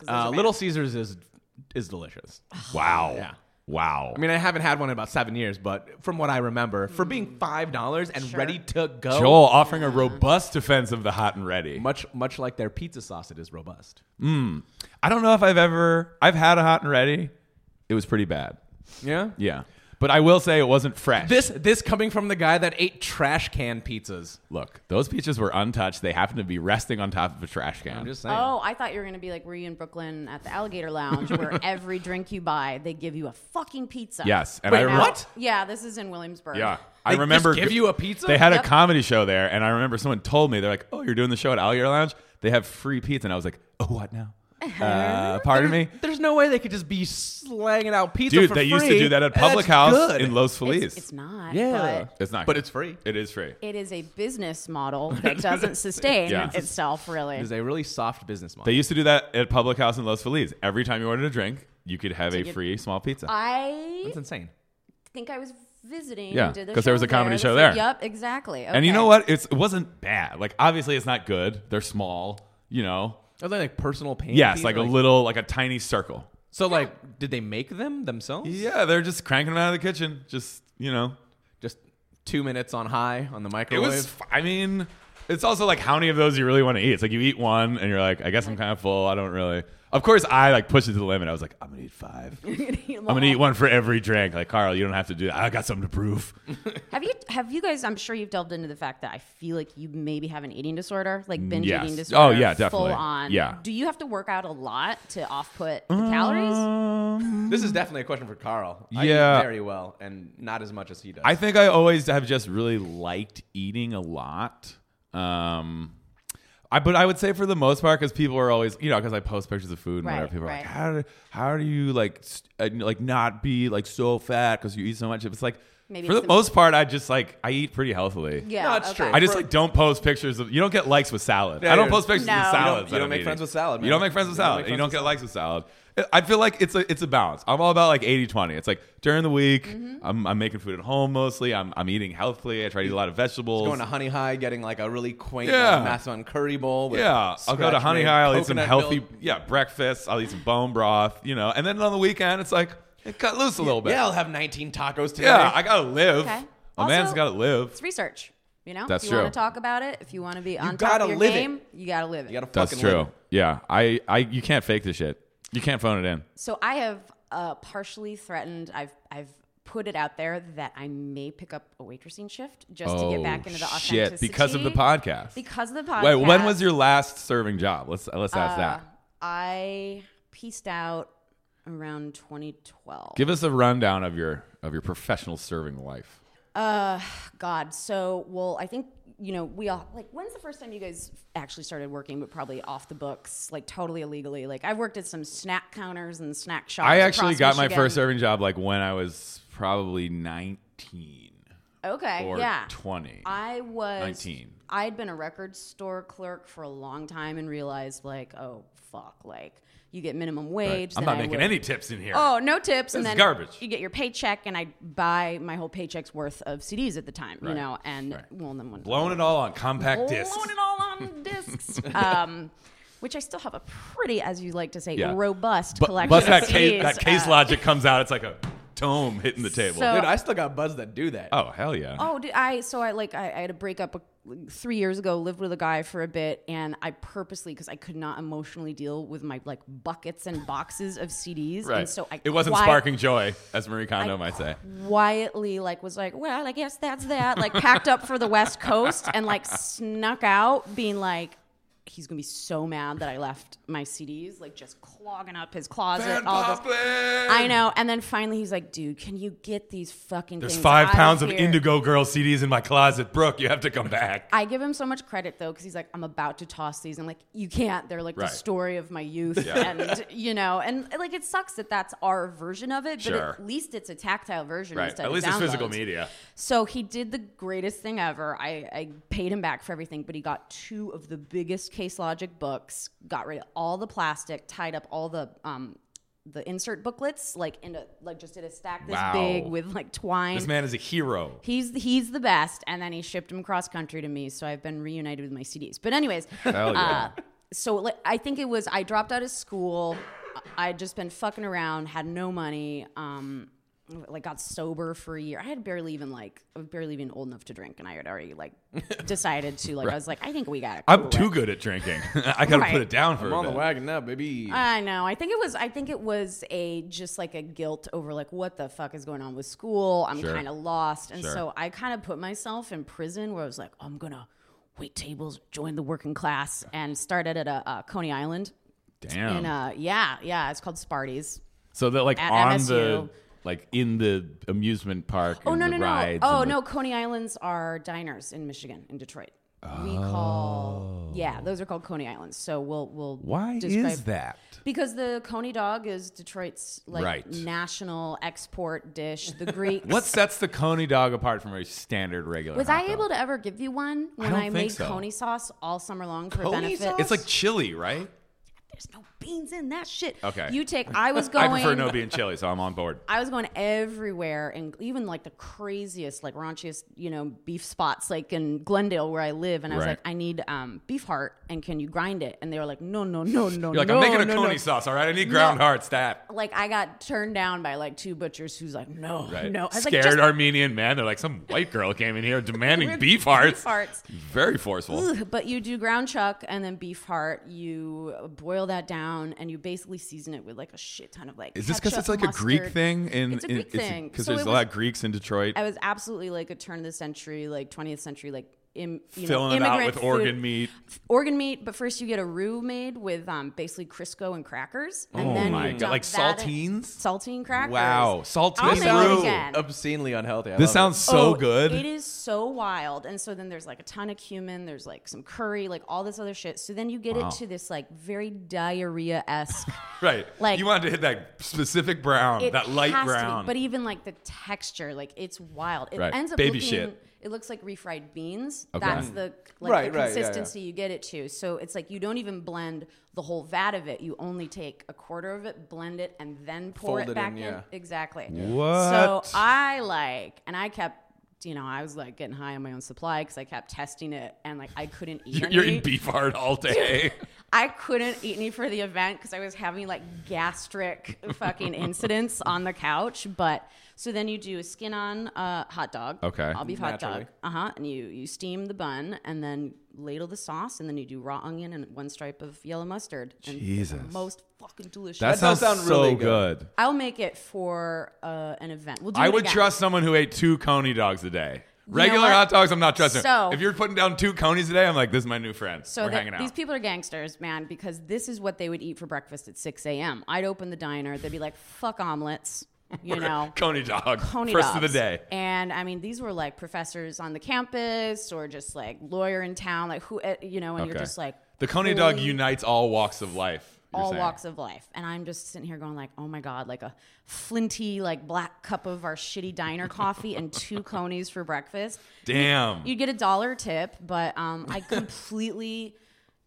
Speaker 2: Uh, Little Caesars is is delicious.
Speaker 1: Wow.
Speaker 2: Yeah.
Speaker 1: Wow.
Speaker 2: I mean, I haven't had one in about seven years, but from what I remember, for being five dollars and
Speaker 3: Sure.
Speaker 2: ready to go,
Speaker 1: Mm. Joel offering a robust defense of the hot and ready.
Speaker 2: much much like their pizza sauce, it is robust.
Speaker 1: I don't know if I've ever I've had a hot and ready. It was pretty bad.
Speaker 2: Yeah.
Speaker 1: Yeah. But I will say it wasn't fresh.
Speaker 2: This this coming from the guy that ate trash can pizzas.
Speaker 1: Look, those peaches were untouched. They happened to be resting on top of a trash can.
Speaker 2: I'm just saying.
Speaker 3: Oh, I thought you were gonna be like, were you in Brooklyn at the Alligator Lounge, where every drink you buy, they give you a fucking pizza. Uh,
Speaker 1: Yes, and
Speaker 2: Wait,
Speaker 1: I remember
Speaker 2: what?
Speaker 3: Yeah, this is in Williamsburg.
Speaker 1: Yeah.
Speaker 2: They
Speaker 1: I
Speaker 2: just
Speaker 1: remember
Speaker 2: give you a pizza?
Speaker 1: They had
Speaker 3: Yep.
Speaker 1: a comedy show there and I remember someone told me they're like, "Oh, you're doing the show at Alligator Lounge? They have free pizza." And I was like, "Oh, what now?"
Speaker 2: Uh-huh.
Speaker 1: Uh, pardon me.
Speaker 2: There's no way they could just be slanging out pizza.
Speaker 1: Dude,
Speaker 2: for
Speaker 1: they used to
Speaker 2: free,
Speaker 1: do that at
Speaker 2: and
Speaker 1: Public House
Speaker 2: that's good.
Speaker 1: in Los Feliz.
Speaker 3: It's, it's not.
Speaker 2: Yeah.
Speaker 3: but-
Speaker 1: It's not.
Speaker 2: But
Speaker 1: good.
Speaker 2: it's free.
Speaker 1: It is free.
Speaker 3: it is a business model that doesn't sustain
Speaker 1: Yeah.
Speaker 3: itself really.
Speaker 2: It's a really soft business model.
Speaker 1: They used to do that at Public House in Los Feliz. Every time you ordered a drink, you could have a
Speaker 3: get-
Speaker 1: free small pizza.
Speaker 2: Uh,
Speaker 3: I
Speaker 2: That's insane.
Speaker 3: think I was visiting.
Speaker 1: Yeah,
Speaker 3: did
Speaker 1: 'cause there was
Speaker 3: show
Speaker 1: a comedy
Speaker 3: That's
Speaker 1: show
Speaker 3: like-
Speaker 1: there.
Speaker 3: Yep, exactly.
Speaker 1: And you know
Speaker 3: Okay.
Speaker 1: what? It's, it wasn't bad. Like obviously, it's not good. They're small. You know.
Speaker 2: Are they like personal pain?
Speaker 1: Yes,
Speaker 2: pizza?
Speaker 1: like a little, like a tiny circle.
Speaker 2: So like, did they make them themselves?
Speaker 1: Yeah, they're just cranking them out of the kitchen. Just you know,
Speaker 2: Just two minutes on high on the
Speaker 1: it
Speaker 2: microwave.
Speaker 1: was. I mean, it's also like how many of those you really want to eat. It's like you eat one and you're like, I guess I'm kind of full. I don't really. Of course, I like pushed it to the limit. I was like, I'm gonna eat five. I'm gonna eat one for every drink. Like Carl, you don't have to do that. I got something to prove.
Speaker 3: Have you have you guys? I'm sure you've delved into the fact that I feel like you maybe have an eating disorder, like binge
Speaker 1: Yes.
Speaker 3: eating disorder.
Speaker 1: Oh, yeah, definitely.
Speaker 3: Full on.
Speaker 1: Yeah. Uh,
Speaker 3: Do you have to work out a lot to off put the calories?
Speaker 1: Um,
Speaker 3: Mm.
Speaker 2: This is definitely a question for Carl. I eat
Speaker 1: Yeah.
Speaker 2: very well, and not as much as he does.
Speaker 1: I think I always have just really liked eating a lot. Um, I but I would say for the most part, because people are always you know because I post pictures of food and
Speaker 3: Right,
Speaker 1: whatever. People are
Speaker 3: right.
Speaker 1: like, how do how do you like st- uh, like not be like so fat because you eat so much? It's like
Speaker 3: Maybe
Speaker 1: for
Speaker 3: it's
Speaker 1: the
Speaker 3: the-
Speaker 1: most part, I just like I eat pretty healthily.
Speaker 3: Yeah.
Speaker 2: No, it's
Speaker 3: okay.
Speaker 2: true.
Speaker 1: I just
Speaker 2: For-
Speaker 1: like don't post pictures of. You don't get likes with salad.
Speaker 2: Yeah,
Speaker 1: I don't
Speaker 2: yeah.
Speaker 1: post pictures
Speaker 3: No. You
Speaker 1: with
Speaker 3: don't-
Speaker 1: salads.
Speaker 2: you
Speaker 1: that
Speaker 2: don't
Speaker 1: I'm
Speaker 2: make friends
Speaker 1: eating.
Speaker 2: with salad, man.
Speaker 1: You don't make friends with
Speaker 2: You don't
Speaker 1: salad.
Speaker 2: make
Speaker 1: and You don't
Speaker 2: friends
Speaker 1: get likes with salad. I feel like it's a it's a balance. I'm all about like 80-20. It's like during the week,
Speaker 3: Mm-hmm.
Speaker 1: I'm, I'm making food at home mostly. I'm I'm eating healthily. I try to eat a lot of vegetables.
Speaker 2: going to Honey High, getting like a really quaint
Speaker 1: Yeah.
Speaker 2: like, Mason curry bowl. With
Speaker 1: yeah, I'll go to
Speaker 2: scratch
Speaker 1: Honey
Speaker 2: made
Speaker 1: High. I'll eat some
Speaker 2: coconut
Speaker 1: healthy
Speaker 2: milk.
Speaker 1: yeah breakfast. I'll eat some bone broth. You know, and then on the weekend, it's like it cut loose a little bit.
Speaker 2: Yeah, I'll have 19 tacos today.
Speaker 1: Yeah, I gotta live.
Speaker 3: Okay.
Speaker 1: A
Speaker 3: Also-
Speaker 1: man's gotta live.
Speaker 3: It's research. You know,
Speaker 1: That's
Speaker 3: if you want
Speaker 1: true.
Speaker 3: to talk about it, if you want to be on top
Speaker 2: gotta
Speaker 3: of your
Speaker 2: live it.
Speaker 3: game, you gotta live it.
Speaker 2: you gotta
Speaker 1: That's
Speaker 2: fucking
Speaker 1: true.
Speaker 2: live it.
Speaker 1: Yeah, I I you can't fake this shit. You can't phone it in.
Speaker 3: So I have uh, partially threatened. I've I've put it out there that I may pick up a waitressing shift just to get back into the authenticity.
Speaker 1: Oh, shit because of the podcast.
Speaker 3: Because of the podcast. Uh,
Speaker 1: Wait, when was your last serving job? Let's uh, let's ask that.
Speaker 3: I pieced out around 2012.
Speaker 1: Give us a rundown of your of your professional serving life.
Speaker 3: Uh, God. So, well, I think you know we all like. When's the first time you guys actually started working, but probably off the books, like totally illegally? Like I've worked at some snack counters and snack shops.
Speaker 1: I actually
Speaker 3: across
Speaker 1: got my
Speaker 3: Michigan.
Speaker 1: first serving job like when I was probably 19
Speaker 3: Okay.
Speaker 1: or
Speaker 3: yeah.
Speaker 1: 20.
Speaker 3: I was
Speaker 1: 19.
Speaker 3: I'd been a record store clerk for a long time and realized like, oh fuck, like you get minimum
Speaker 1: Right.
Speaker 3: wage.
Speaker 1: I'm
Speaker 3: then
Speaker 1: not
Speaker 3: I
Speaker 1: making
Speaker 3: would-
Speaker 1: any tips in here.
Speaker 3: Oh, no tips. and
Speaker 1: This is
Speaker 3: then
Speaker 1: garbage.
Speaker 3: You get your paycheck, and I buy my whole paycheck's worth of CDs at the time, you
Speaker 1: Right.
Speaker 3: know, and
Speaker 1: Right.
Speaker 3: well, then when
Speaker 1: Blowing it all on compact
Speaker 3: blown
Speaker 1: discs.
Speaker 3: it all on discs. um, which I still have a pretty, as you like to say,
Speaker 1: Yeah.
Speaker 3: robust
Speaker 1: But,
Speaker 3: collection.
Speaker 1: but
Speaker 3: of
Speaker 1: that
Speaker 3: CDs.
Speaker 1: case, that case
Speaker 3: Uh,
Speaker 1: logic comes out. It's like a tome hitting the table.
Speaker 3: So-
Speaker 2: Dude, I still got buds that do that.
Speaker 1: oh hell yeah!
Speaker 3: Oh, did I? So I like I, I had a breakup a three years ago lived with a guy for a bit and i purposely because i could not emotionally deal with my like buckets and boxes of cds
Speaker 1: Right.
Speaker 3: and so i
Speaker 1: it wasn't
Speaker 3: quiet-
Speaker 1: sparking joy, as Marie Kondo might say.
Speaker 3: quietly like was like well i guess that's that like packed up for the west coast and like snuck out being like he's gonna be so mad that i left my cds like just clogging up his closet all this I know. And then finally he's like, dude, can you get these fucking
Speaker 4: There's
Speaker 3: things
Speaker 4: five
Speaker 3: out
Speaker 4: pounds
Speaker 3: of,
Speaker 4: of
Speaker 3: here?"
Speaker 4: Indigo Girl CDs in my closet. Brooke, you have to come back.
Speaker 3: I give him so much credit though, because he's like, I'm about to toss these. I'm like, you can't. They're like
Speaker 1: Right.
Speaker 3: the story of my youth,
Speaker 1: Yeah.
Speaker 3: and you know, and like it sucks that that's our version of it, but
Speaker 1: Sure.
Speaker 3: at least it's a tactile version.
Speaker 1: Right.
Speaker 3: instead
Speaker 1: At
Speaker 3: of
Speaker 1: least it's physical
Speaker 3: downloads.
Speaker 1: media.
Speaker 3: So he did the greatest thing ever. I, I paid him back for everything, but he got two of the biggest Case Logic books, got rid of all the plastic, tied up all the um, the insert booklets, like in a like just did a stack this
Speaker 1: Wow.
Speaker 3: big with like twine.
Speaker 4: This man is a hero.
Speaker 1: Oh.
Speaker 3: he's he's the best, and then he shipped him cross country to me, so I've been reunited with my CDs. But anyways,
Speaker 1: Hell yeah.
Speaker 3: uh, so like, I think it was I dropped out of school. I- I'd just been fucking around, had no money. Um, like got sober for a year. I had barely even like I was barely even old enough to drink, and I had already like decided to like I was like I think we got to
Speaker 4: I'm too good at drinking. I gotta
Speaker 3: Right.
Speaker 4: put it down for
Speaker 2: I'm
Speaker 4: a
Speaker 2: on the
Speaker 4: bit.
Speaker 2: wagon now, baby.
Speaker 3: I know. I think it was. I think it was a just like a guilt over like what the fuck is going on with school. I'm
Speaker 1: Sure.
Speaker 3: kind of lost, and
Speaker 1: Sure.
Speaker 3: so I kind of put myself in prison where I was like, I'm gonna wait tables, join the working class, and started at a, uh Coney Island.
Speaker 1: Damn.
Speaker 3: In uh, yeah, yeah, it's called Sparties.
Speaker 1: so that like
Speaker 3: at
Speaker 1: on the
Speaker 3: MSU.
Speaker 1: like in the amusement park.
Speaker 3: Oh
Speaker 1: and
Speaker 3: no
Speaker 1: the
Speaker 3: no no!
Speaker 1: rides
Speaker 3: Oh
Speaker 1: and the-
Speaker 3: no, Coney Islands are diners in Michigan, in Detroit. We call yeah, those are called Coney Islands. So we'll we'll
Speaker 1: Oh. Why
Speaker 3: describe-
Speaker 1: is that?
Speaker 3: Because the Coney dog is Detroit's like
Speaker 1: Right.
Speaker 3: national export dish. The Greeks.
Speaker 1: What sets the Coney dog apart from a standard regular?
Speaker 3: was
Speaker 1: hot
Speaker 3: I
Speaker 1: dog?
Speaker 3: able to ever give you one when
Speaker 1: don't
Speaker 3: I,
Speaker 1: think
Speaker 3: made
Speaker 1: so.
Speaker 3: Coney sauce all summer long for
Speaker 1: Coney
Speaker 3: benefit?
Speaker 1: sauce? It's like chili, right?
Speaker 3: There's no beans in that shit.
Speaker 1: Okay.
Speaker 3: You take. I was
Speaker 1: I
Speaker 3: going.
Speaker 1: prefer no bean chili, so I'm on board.
Speaker 3: I was going everywhere and even like the craziest, like raunchiest, you know, beef spots, like in Glendale where I live. And I was
Speaker 1: Right.
Speaker 3: like, I need um, beef heart and can you grind it? And they were like, no, no, no, no,
Speaker 1: You're like,
Speaker 3: no.
Speaker 1: I'm making a
Speaker 3: no,
Speaker 1: Coney
Speaker 3: no.
Speaker 1: sauce, all right? I need ground
Speaker 3: No.
Speaker 1: hard stat.
Speaker 3: Like I got turned down by like two butchers who's like, no,
Speaker 1: Right.
Speaker 3: no. I was
Speaker 4: Scared
Speaker 3: like, just
Speaker 4: Armenian man. They're like, some white girl came in here demanding
Speaker 3: with
Speaker 4: beef hearts.
Speaker 3: Beef hearts.
Speaker 1: Very forceful.
Speaker 3: Ugh, but you do ground chuck and then beef heart. You boil that down and you basically season it with like a shit ton of like.
Speaker 1: Is this because
Speaker 3: ketchup,
Speaker 1: it's like a Greek
Speaker 3: mustard.
Speaker 1: thing? In,
Speaker 3: It's a
Speaker 1: in-
Speaker 3: Greek thing.
Speaker 1: Because
Speaker 3: So
Speaker 1: there's
Speaker 3: it
Speaker 1: a
Speaker 3: was-
Speaker 1: lot of Greeks in Detroit.
Speaker 3: I was absolutely like a turn of the century, like 20th century, like Im, you
Speaker 1: filling it
Speaker 3: know,
Speaker 1: out
Speaker 3: immigrant
Speaker 1: with
Speaker 3: food.
Speaker 1: organ meat.
Speaker 3: Organ meat, but first you get a roux made with um, basically Crisco and crackers, and
Speaker 1: Oh
Speaker 3: then
Speaker 1: my
Speaker 3: you
Speaker 1: God,
Speaker 3: dump
Speaker 1: like
Speaker 3: that in-
Speaker 1: saltines?
Speaker 3: saltine crackers.
Speaker 1: Wow, saltine
Speaker 3: I'll make it
Speaker 1: roux.
Speaker 3: again.
Speaker 2: Obscenely unhealthy. I
Speaker 1: This
Speaker 2: love
Speaker 1: sounds
Speaker 2: it.
Speaker 1: so
Speaker 3: Oh,
Speaker 1: good.
Speaker 3: It is so wild. And so then there's like a ton of cumin, there's like some curry, like all this other shit. So then you get
Speaker 1: Wow.
Speaker 3: it to this like very diarrhea esque.
Speaker 1: Right.
Speaker 3: Like-
Speaker 1: you wanted to hit that specific brown, that light brown.
Speaker 3: But even like the texture, like it's wild. It
Speaker 1: Right.
Speaker 3: ends up
Speaker 1: Baby
Speaker 3: looking,
Speaker 1: shit.
Speaker 3: It looks like refried beans.
Speaker 1: Okay.
Speaker 3: That's the like
Speaker 2: Right,
Speaker 3: the
Speaker 2: right, yeah, yeah.
Speaker 3: consistency you get it to. So it's like you don't even blend the whole vat of it. You only take a quarter of it, blend it, and then pour
Speaker 2: Fold
Speaker 3: it,
Speaker 2: it
Speaker 3: back
Speaker 2: in, yeah.
Speaker 3: Exactly. So
Speaker 1: What?
Speaker 3: I like, and I kept. You know, I was like getting high on my own supply because I kept testing it and like I couldn't eat.
Speaker 4: You're, you're
Speaker 3: any.
Speaker 4: in beef heart all day.
Speaker 3: I couldn't eat any for the event because I was having like gastric fucking incidents on the couch. But so then you do a skin on uh, hot dog.
Speaker 1: Okay.
Speaker 3: All beef hot
Speaker 2: Naturally.
Speaker 3: dog. Uh huh. And you, you steam the bun and then ladle the sauce and then you do raw onion and one stripe of yellow mustard. And it's the
Speaker 1: Jesus.
Speaker 3: most fucking delicious.
Speaker 1: that,
Speaker 2: does
Speaker 1: sounds
Speaker 2: sound
Speaker 1: so
Speaker 2: really
Speaker 1: good.
Speaker 2: good.
Speaker 3: I'll make it for uh, an event. We'll do
Speaker 1: I
Speaker 3: it
Speaker 1: would
Speaker 3: again.
Speaker 1: trust someone who ate two Coney dogs a day. Regular
Speaker 3: what?
Speaker 1: hot dogs, I'm not trusting.
Speaker 3: So-
Speaker 1: if you're putting down two Conies a day, I'm like, this is my new friend.
Speaker 3: So
Speaker 1: We're
Speaker 3: that-
Speaker 1: hanging out.
Speaker 3: these people are gangsters, man, because this is what they would eat for breakfast at 6 a.m. I'd open the diner. They'd be like, fuck omelets, you know.
Speaker 1: Coney dog.
Speaker 3: Coney
Speaker 1: first of the
Speaker 3: dogs.
Speaker 1: day.
Speaker 3: And I mean, these were like professors on the campus or just like lawyer in town, like who, eh, you know, and you're
Speaker 1: Okay.
Speaker 3: just like
Speaker 1: the Coney dog
Speaker 3: fully
Speaker 1: unites all walks of life. you're
Speaker 3: all
Speaker 1: saying.
Speaker 3: walks of life. And I'm just sitting here going like, oh my God, like a flinty, like black cup of our shitty diner coffee and two conies for breakfast.
Speaker 1: Damn.
Speaker 3: You'd get a dollar tip, but um, I completely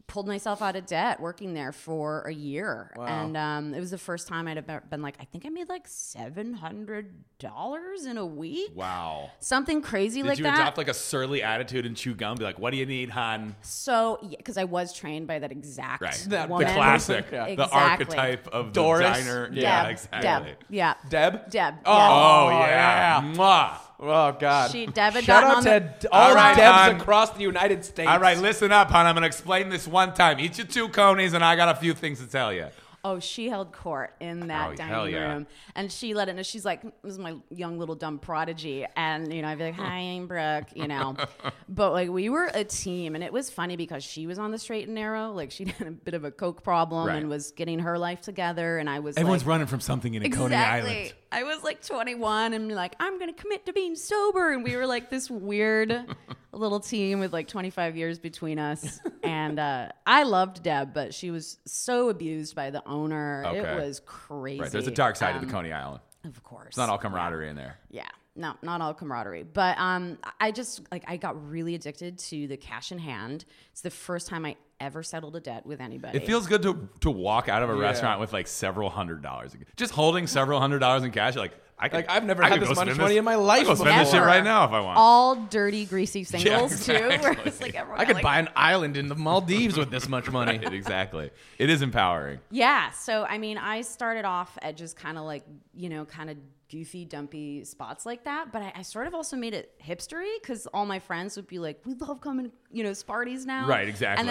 Speaker 3: pulled myself out of debt working there for a year, and um, it was the first time I'd ever been like, I think I made like seven hundred dollars in a week,
Speaker 1: wow.
Speaker 3: something crazy
Speaker 1: Did
Speaker 3: like
Speaker 1: you
Speaker 3: that.
Speaker 1: adopt like a surly attitude and chew gum? Be like, what do you need, hon?
Speaker 3: so, because I was trained by that exact
Speaker 1: Right.
Speaker 2: That
Speaker 3: woman.
Speaker 1: The classic.
Speaker 2: Yeah.
Speaker 1: The
Speaker 3: Exactly.
Speaker 1: archetype of the
Speaker 2: Doris.
Speaker 1: diner.
Speaker 2: Deb.
Speaker 1: Yeah,
Speaker 3: Deb,
Speaker 1: exactly.
Speaker 3: Deb, yeah,
Speaker 2: Deb?
Speaker 3: Deb.
Speaker 1: Oh,
Speaker 2: Oh,
Speaker 1: yeah.
Speaker 2: yeah.
Speaker 1: Mwah.
Speaker 2: Oh God!
Speaker 3: She Devin
Speaker 2: Shout
Speaker 3: gotten
Speaker 2: out
Speaker 3: on
Speaker 2: to
Speaker 3: the-
Speaker 2: d- all
Speaker 1: All right,
Speaker 2: Debs
Speaker 1: um,
Speaker 2: across the United States.
Speaker 1: All right, listen up, hon. I'm going to explain this one time. Eat your two conies, and I got a few things to tell you.
Speaker 3: Oh, she held court in that
Speaker 1: Oh, hell
Speaker 3: dining
Speaker 1: yeah.
Speaker 3: room, and she let it know. She's like, "This is my young little dumb prodigy," and you know, I'd be like, "Hi, I'm Brooke," you know. but like, we were a team, and it was funny because she was on the straight and narrow. Like, she had a bit of a coke problem
Speaker 1: Right.
Speaker 3: and was getting her life together, and I was
Speaker 1: Everyone's
Speaker 3: like,
Speaker 1: running from something in a Coney Island.
Speaker 3: I was like 21 and like, I'm going to commit to being sober. And we were like this weird little team with like 25 years between us. And uh, I loved Deb, but she was so abused by the owner.
Speaker 1: Okay.
Speaker 3: It was crazy.
Speaker 1: Right, there's a dark side to the
Speaker 3: Um,
Speaker 1: Coney Island.
Speaker 3: Of course.
Speaker 1: It's not all camaraderie in there.
Speaker 3: Yeah. No, not all camaraderie. But um I just like I got really addicted to the cash in hand. It's the first time I ever settled a debt with anybody.
Speaker 1: It feels good to to walk out of a
Speaker 2: Yeah.
Speaker 1: restaurant with like several hundred dollars. Just holding several hundred dollars in cash, you're like I could,
Speaker 2: Like, I've never
Speaker 1: I
Speaker 2: had
Speaker 1: could
Speaker 2: this
Speaker 1: go
Speaker 2: much
Speaker 1: spend
Speaker 2: money in my life
Speaker 1: I could go spend this shit
Speaker 3: before.
Speaker 1: right now if I want.
Speaker 3: all dirty, greasy singles too. Where it's
Speaker 1: exactly.
Speaker 3: like everyone
Speaker 2: I
Speaker 3: got,
Speaker 2: could
Speaker 3: like,
Speaker 2: buy an island in the Maldives with this much money.
Speaker 1: Right, exactly. It is empowering.
Speaker 3: Yeah. So, I mean, I started off at just kind of like, you know, kind of goofy, dumpy spots like that. But I, I sort of also made it hipstery because all my friends would be like, we love coming, you know, Sparties now.
Speaker 1: Right,
Speaker 3: And then a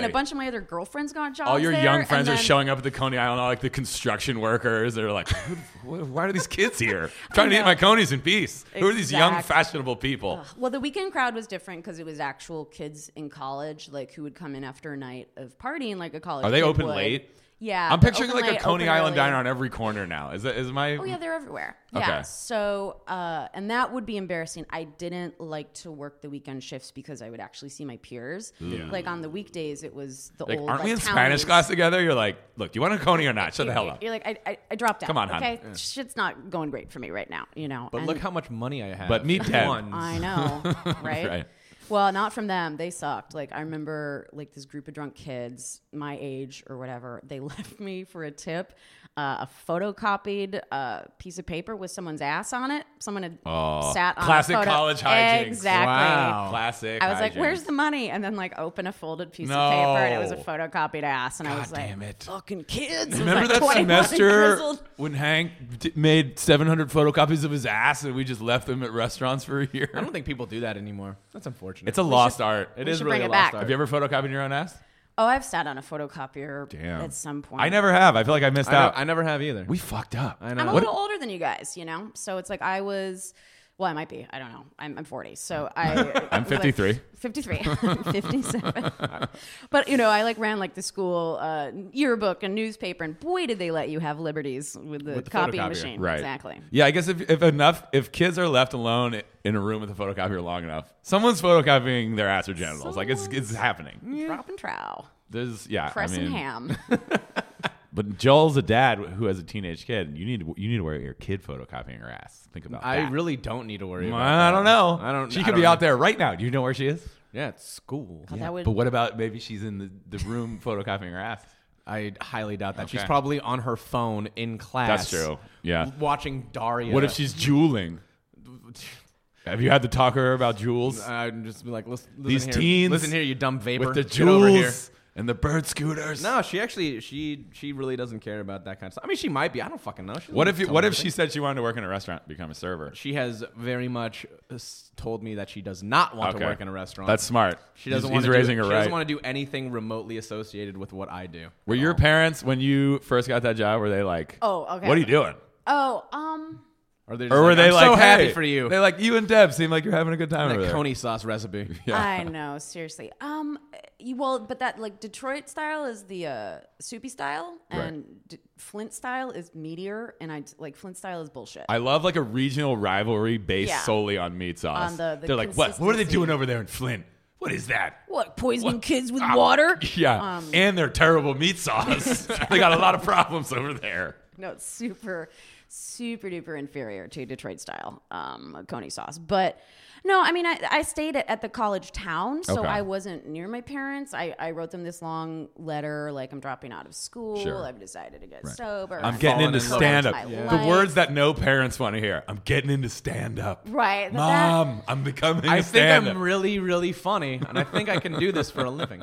Speaker 1: exactly.
Speaker 3: bunch of my other girlfriends got jobs.
Speaker 1: All your
Speaker 3: there,
Speaker 1: young
Speaker 3: and
Speaker 1: friends are
Speaker 3: then-
Speaker 1: showing up at the Coney Island, all like the construction workers. They're like, "Who the f- why are these kids here? I'm trying to eat
Speaker 3: know.
Speaker 1: my conies in peace. Who are these young,
Speaker 3: Exact-
Speaker 1: fashionable people?
Speaker 3: Well, the weekend crowd was different because it was actual kids in college, like who would come in after a night of partying, like a college.
Speaker 1: Are they
Speaker 3: kid
Speaker 1: open
Speaker 3: would.
Speaker 1: late?
Speaker 3: Yeah.
Speaker 1: I'm
Speaker 3: they're
Speaker 1: picturing
Speaker 3: open
Speaker 1: like
Speaker 3: late,
Speaker 1: a Coney
Speaker 3: open
Speaker 1: Island
Speaker 3: early.
Speaker 1: diner on every corner now. Is that is my?
Speaker 3: Oh yeah, they're everywhere. Yeah.
Speaker 1: Okay.
Speaker 3: So, uh, and that would be embarrassing. I didn't like to work the weekend shifts because I would actually see my peers. Like on the weekdays, it was the
Speaker 1: Mm. like,
Speaker 3: old.
Speaker 1: aren't
Speaker 3: like,
Speaker 1: we in Spanish
Speaker 3: townies.
Speaker 1: class together? You're like, look, do you want a Coney or not? Shut the hell up.
Speaker 3: You're like, I, I, I dropped out.
Speaker 1: Come on, hon.
Speaker 3: okay, shit's not going great for me right now. You know.
Speaker 2: But
Speaker 3: And
Speaker 2: look how much money I have.
Speaker 1: But me, Ted.
Speaker 2: One.
Speaker 3: I know, right?
Speaker 1: Right.
Speaker 3: Well, not from them. They sucked. Like I remember, like this group of drunk kids, my age or whatever, they left me for a tip, uh, a photocopied uh, piece of paper with someone's ass on it. Someone had sat on a
Speaker 1: classic
Speaker 3: photo-
Speaker 1: college hijinks.
Speaker 3: uh, Exactly.
Speaker 2: Wow.
Speaker 1: Classic.
Speaker 3: I was like,
Speaker 1: hijinks.
Speaker 3: "Where's the money?" And then like open a folded piece of paper, and it was a
Speaker 1: No.
Speaker 3: photocopied ass, and I was like,
Speaker 1: damn it.
Speaker 3: "Fucking kids!" It was,
Speaker 1: Remember that
Speaker 3: like, 21 and
Speaker 1: semester
Speaker 3: grizzled.
Speaker 1: when Hank d- made 700 photocopies of his ass and we just left them at restaurants for a
Speaker 2: I
Speaker 1: year?
Speaker 2: don't think people do that anymore. That's unfortunate.
Speaker 1: It's a lost art.
Speaker 2: It
Speaker 3: we
Speaker 2: is
Speaker 3: should
Speaker 2: really
Speaker 3: bring
Speaker 2: a
Speaker 3: it
Speaker 2: lost
Speaker 3: back.
Speaker 2: art.
Speaker 1: Have you ever photocopied your own ass?
Speaker 3: Oh, I've sat on a photocopier
Speaker 1: Damn.
Speaker 3: at some point.
Speaker 1: I never have. I feel like I missed
Speaker 2: I, know-
Speaker 1: out.
Speaker 2: I never have either.
Speaker 1: we fucked up.
Speaker 2: I
Speaker 3: I'm
Speaker 2: know.
Speaker 3: a
Speaker 2: What-
Speaker 3: little older than you guys, you know? So it's like I was, well, I might be. I don't know. I'm, I'm 40. So I.
Speaker 1: I'm 53.
Speaker 3: 53. 57. but, you know, I like ran like the school uh, yearbook and newspaper, and boy, did they let you have liberties with the,
Speaker 2: With the
Speaker 3: copying
Speaker 2: photocopier.
Speaker 3: machine.
Speaker 1: Right.
Speaker 3: Exactly.
Speaker 1: Yeah, I guess if, if enough, if kids are left alone in a room with a photocopier long enough, someone's photocopying their ass or genitals. Like it's, it's happening.
Speaker 3: Drop and trowel.
Speaker 1: There's yeah.
Speaker 3: Press
Speaker 1: I mean,
Speaker 3: and ham.
Speaker 1: But Joel's a dad who has a teenage kid. You need to, you need to worry about your kid photocopying her ass. Think about
Speaker 2: I
Speaker 1: that.
Speaker 2: really don't need to worry about
Speaker 1: I don't know.
Speaker 2: I don't-
Speaker 1: She
Speaker 2: I
Speaker 1: could
Speaker 2: don't
Speaker 1: be
Speaker 2: know.
Speaker 1: out there right now. Do you know where she is?
Speaker 2: that. Yeah, it's school.
Speaker 3: That would,
Speaker 1: But what about maybe she's in the, the room photocopying her ass?
Speaker 2: I highly doubt that. She's
Speaker 1: Okay.
Speaker 2: probably on her phone in class.
Speaker 1: That's true. Yeah.
Speaker 2: Watching Daria.
Speaker 1: What if she's jeweling? Have you had to talk to her about jewels?
Speaker 2: I'd just be like, listen, listen
Speaker 1: These
Speaker 2: here,
Speaker 1: teens
Speaker 2: Listen here, you dumb vapor.
Speaker 1: With the
Speaker 2: Get over here.
Speaker 1: jewels and the bird scooters.
Speaker 2: No, she actually she she really doesn't care about that kind of stuff. I mean, she might be. I don't fucking know. She
Speaker 1: What
Speaker 2: doesn't
Speaker 1: if you,
Speaker 2: tell
Speaker 1: what
Speaker 2: me
Speaker 1: if
Speaker 2: anything.
Speaker 1: she said she wanted to work in a restaurant, and become a server?
Speaker 2: She has very much uh, s- told me that she does not want
Speaker 1: Okay.
Speaker 2: to work in a restaurant.
Speaker 1: That's smart.
Speaker 2: she doesn't.
Speaker 1: He's,
Speaker 2: want
Speaker 1: he's
Speaker 2: to
Speaker 1: raising
Speaker 2: do,
Speaker 1: her
Speaker 2: She
Speaker 1: right.
Speaker 2: doesn't want to do anything remotely associated with what I do.
Speaker 1: were your parents when you first got that job? Were they like,
Speaker 3: Oh, okay.
Speaker 1: what are you doing?"
Speaker 3: oh, um,
Speaker 2: Or, they
Speaker 1: Or were they
Speaker 2: I'm
Speaker 1: like,
Speaker 2: so happy
Speaker 1: hey,"
Speaker 2: for you?
Speaker 1: They like you and Deb seem like you're having a good time over
Speaker 2: that
Speaker 1: there.
Speaker 2: coney sauce recipe.
Speaker 3: I know, seriously. Um, you, well, but that like Detroit style is the uh, soupy style, and D- Flint style is meteor, and I d- like Flint style is bullshit.
Speaker 1: I love like a regional rivalry based
Speaker 3: Yeah.
Speaker 1: solely on meat sauce.
Speaker 3: On the- the
Speaker 1: They're like, what? What are they
Speaker 3: consistency.
Speaker 1: doing over there in Flint? What is that?
Speaker 3: what poisoning
Speaker 1: What?
Speaker 3: kids with
Speaker 1: Ah,
Speaker 3: water?
Speaker 1: Yeah,
Speaker 3: Um,
Speaker 1: and their terrible meat sauce. they got a lot of problems over there.
Speaker 3: No, it's super, super duper inferior to Detroit style um, Coney sauce. But no, I mean, I, I stayed at, at the college town, so
Speaker 1: Okay.
Speaker 3: I wasn't near my parents. I, I wrote them this long letter, like, I'm dropping out of school.
Speaker 1: Sure.
Speaker 3: I've decided to get sober.
Speaker 1: I'm getting
Speaker 2: falling
Speaker 1: into
Speaker 2: in love
Speaker 1: stand up.
Speaker 3: with my
Speaker 1: The
Speaker 3: life.
Speaker 1: words that no parents want to hear. I'm getting into stand up.
Speaker 3: Right, but that-
Speaker 1: Mom, I'm becoming
Speaker 2: I
Speaker 1: a
Speaker 2: think
Speaker 1: stand
Speaker 2: I'm
Speaker 1: up.
Speaker 2: really really funny, and I think I can do this for a living.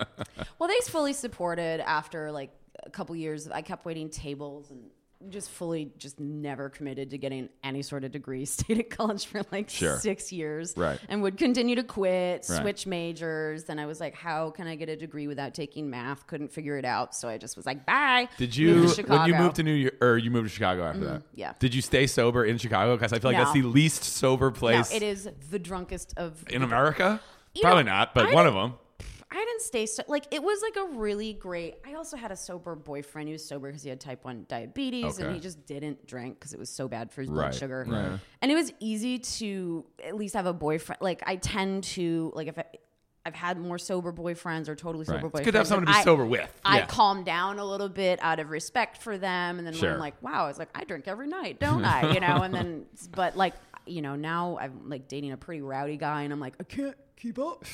Speaker 3: Well, they fully supported after like a couple years. I kept waiting tables and just fully just never committed to getting any sort of degree. Stayed at college for like
Speaker 1: Sure.
Speaker 3: six years,
Speaker 1: Right.
Speaker 3: And would continue to quit, switch majors. Then I was like, how can I get a degree without taking math? Couldn't figure it out, so I just was like, bye.
Speaker 1: Did
Speaker 3: Moved
Speaker 1: you
Speaker 3: to
Speaker 1: when you
Speaker 3: Chicago. Mm-hmm,
Speaker 1: moved to New York or you moved to Chicago after that?
Speaker 3: yeah.
Speaker 1: Did you stay sober in Chicago? Because I feel like that's the
Speaker 3: No.
Speaker 1: least sober
Speaker 3: No,
Speaker 1: place
Speaker 3: it is the drunkest of
Speaker 1: in America.
Speaker 3: You
Speaker 1: Probably
Speaker 3: know,
Speaker 1: not, but
Speaker 3: I
Speaker 1: one of
Speaker 3: don't-
Speaker 1: them.
Speaker 3: I didn't stay so like it was like a really great. I also had a sober boyfriend. He was sober because he had type one diabetes, and
Speaker 1: Okay.
Speaker 3: he just didn't drink because it was so bad for his
Speaker 1: Right,
Speaker 3: blood sugar.
Speaker 1: right.
Speaker 3: And it was easy to at least have a boyfriend. Like I tend to like if I, I've had more sober boyfriends or totally sober
Speaker 1: Right.
Speaker 3: boyfriends.
Speaker 1: It's good to have someone to be
Speaker 3: I-
Speaker 1: sober with.
Speaker 3: I
Speaker 1: Yeah.
Speaker 3: calm down a little bit out of respect for them, and then when
Speaker 1: Sure.
Speaker 3: I'm like, wow, it's like I drink every night, don't I? You know, and then but like you know now I'm like dating a pretty rowdy guy, and I'm like I can't keep up.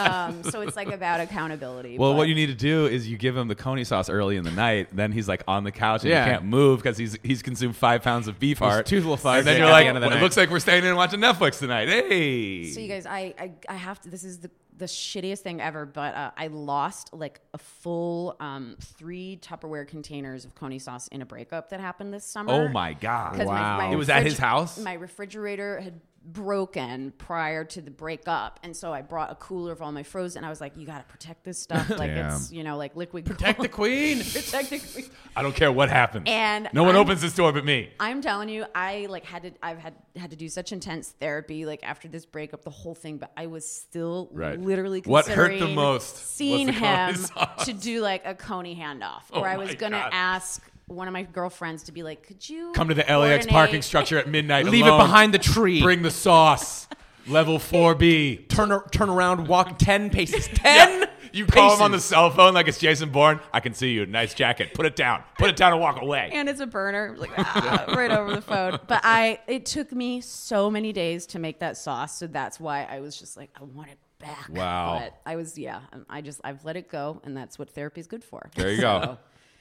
Speaker 3: Um, so it's like about accountability.
Speaker 1: Well,
Speaker 3: but-
Speaker 1: what you need to do is you give him the coney sauce early in the night. Then he's like on the couch and
Speaker 2: Yeah.
Speaker 1: he can't move because he's he's consumed five pounds of beef heart.
Speaker 2: tooth will fire
Speaker 1: And then
Speaker 2: at
Speaker 1: you're
Speaker 2: the
Speaker 1: like,
Speaker 2: end of the
Speaker 1: "Well, it
Speaker 2: night."
Speaker 1: looks like we're staying in and watching Netflix tonight. Hey.
Speaker 3: So you guys, I, I I have to. This is the the shittiest thing ever. But uh, I lost like a full um, three Tupperware containers of coney sauce in a breakup that happened this summer.
Speaker 1: oh my god!
Speaker 3: 'Cause my, my
Speaker 1: it was at
Speaker 3: refrigi-
Speaker 1: his house.
Speaker 3: My refrigerator had broken prior to the breakup, and so I brought a cooler of all my frozen. And I was like, "You gotta protect this stuff. like it's you know like liquid.
Speaker 4: Protect the queen.
Speaker 3: protect the queen."
Speaker 4: I don't care what happens.
Speaker 3: And
Speaker 4: no one
Speaker 3: I'm-
Speaker 4: opens this door but me.
Speaker 3: I'm telling you, I like had to. I've had had to do such intense therapy, like after this breakup, the whole thing. But I was still
Speaker 1: Right.
Speaker 3: literally
Speaker 1: What hurt the
Speaker 3: considering
Speaker 1: most was
Speaker 3: Seeing
Speaker 1: the Coney
Speaker 3: him
Speaker 1: sauce. Oh
Speaker 3: to do like a coney handoff, where I was
Speaker 4: my
Speaker 3: gonna
Speaker 4: God.
Speaker 3: ask one of my girlfriends to be like, "Could you
Speaker 4: Come to the LAX parking
Speaker 3: coordinate-
Speaker 4: structure at midnight.
Speaker 2: Leave it
Speaker 4: alone.
Speaker 2: behind the tree.
Speaker 4: Bring the sauce. Level 4B.
Speaker 2: turn ar- turn around, walk ten paces. Ten.
Speaker 4: You call him on the
Speaker 2: paces.
Speaker 4: cell phone like it's Jason Bourne. I can see you. Nice jacket. Put it down. Put it down and walk away.
Speaker 3: and it's a burner like ah, right over the phone but i it took me so many days to make that sauce so that's why i was just like i want it back
Speaker 1: Wow.
Speaker 3: but i was yeah um, i just i've let it go and that's what therapy's good for
Speaker 1: There you go.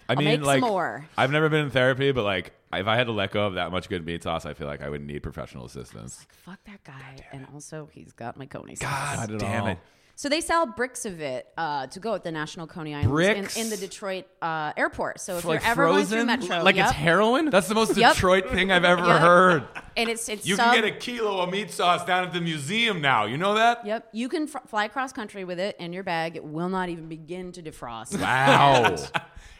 Speaker 1: I mean,
Speaker 3: make some
Speaker 1: like,
Speaker 3: more.
Speaker 1: I've never been in therapy, but like, if I had to let go of that much good meat sauce, I feel like I would need professional assistance.
Speaker 3: fuck that guy and also he's got my coney sauce
Speaker 1: God
Speaker 4: Not at
Speaker 1: damn
Speaker 4: all.
Speaker 1: it!
Speaker 3: so they sell bricks of it uh, to go at the national coney island
Speaker 1: Bricks?
Speaker 3: In, in the detroit uh, airport so if
Speaker 2: For, like,
Speaker 3: you're ever
Speaker 2: frozen?
Speaker 3: going through metro
Speaker 2: like it's
Speaker 3: yep.
Speaker 2: heroin.
Speaker 1: That's the most
Speaker 3: Yep.
Speaker 1: Detroit thing I've ever
Speaker 3: Yep.
Speaker 1: heard.
Speaker 3: and it's it's
Speaker 4: You
Speaker 3: sub-
Speaker 4: can get a kilo of meat sauce down at the museum now. You know that?
Speaker 3: Yep, you can fr- fly cross country with it in your bag. It will not even begin to defrost.
Speaker 1: Wow.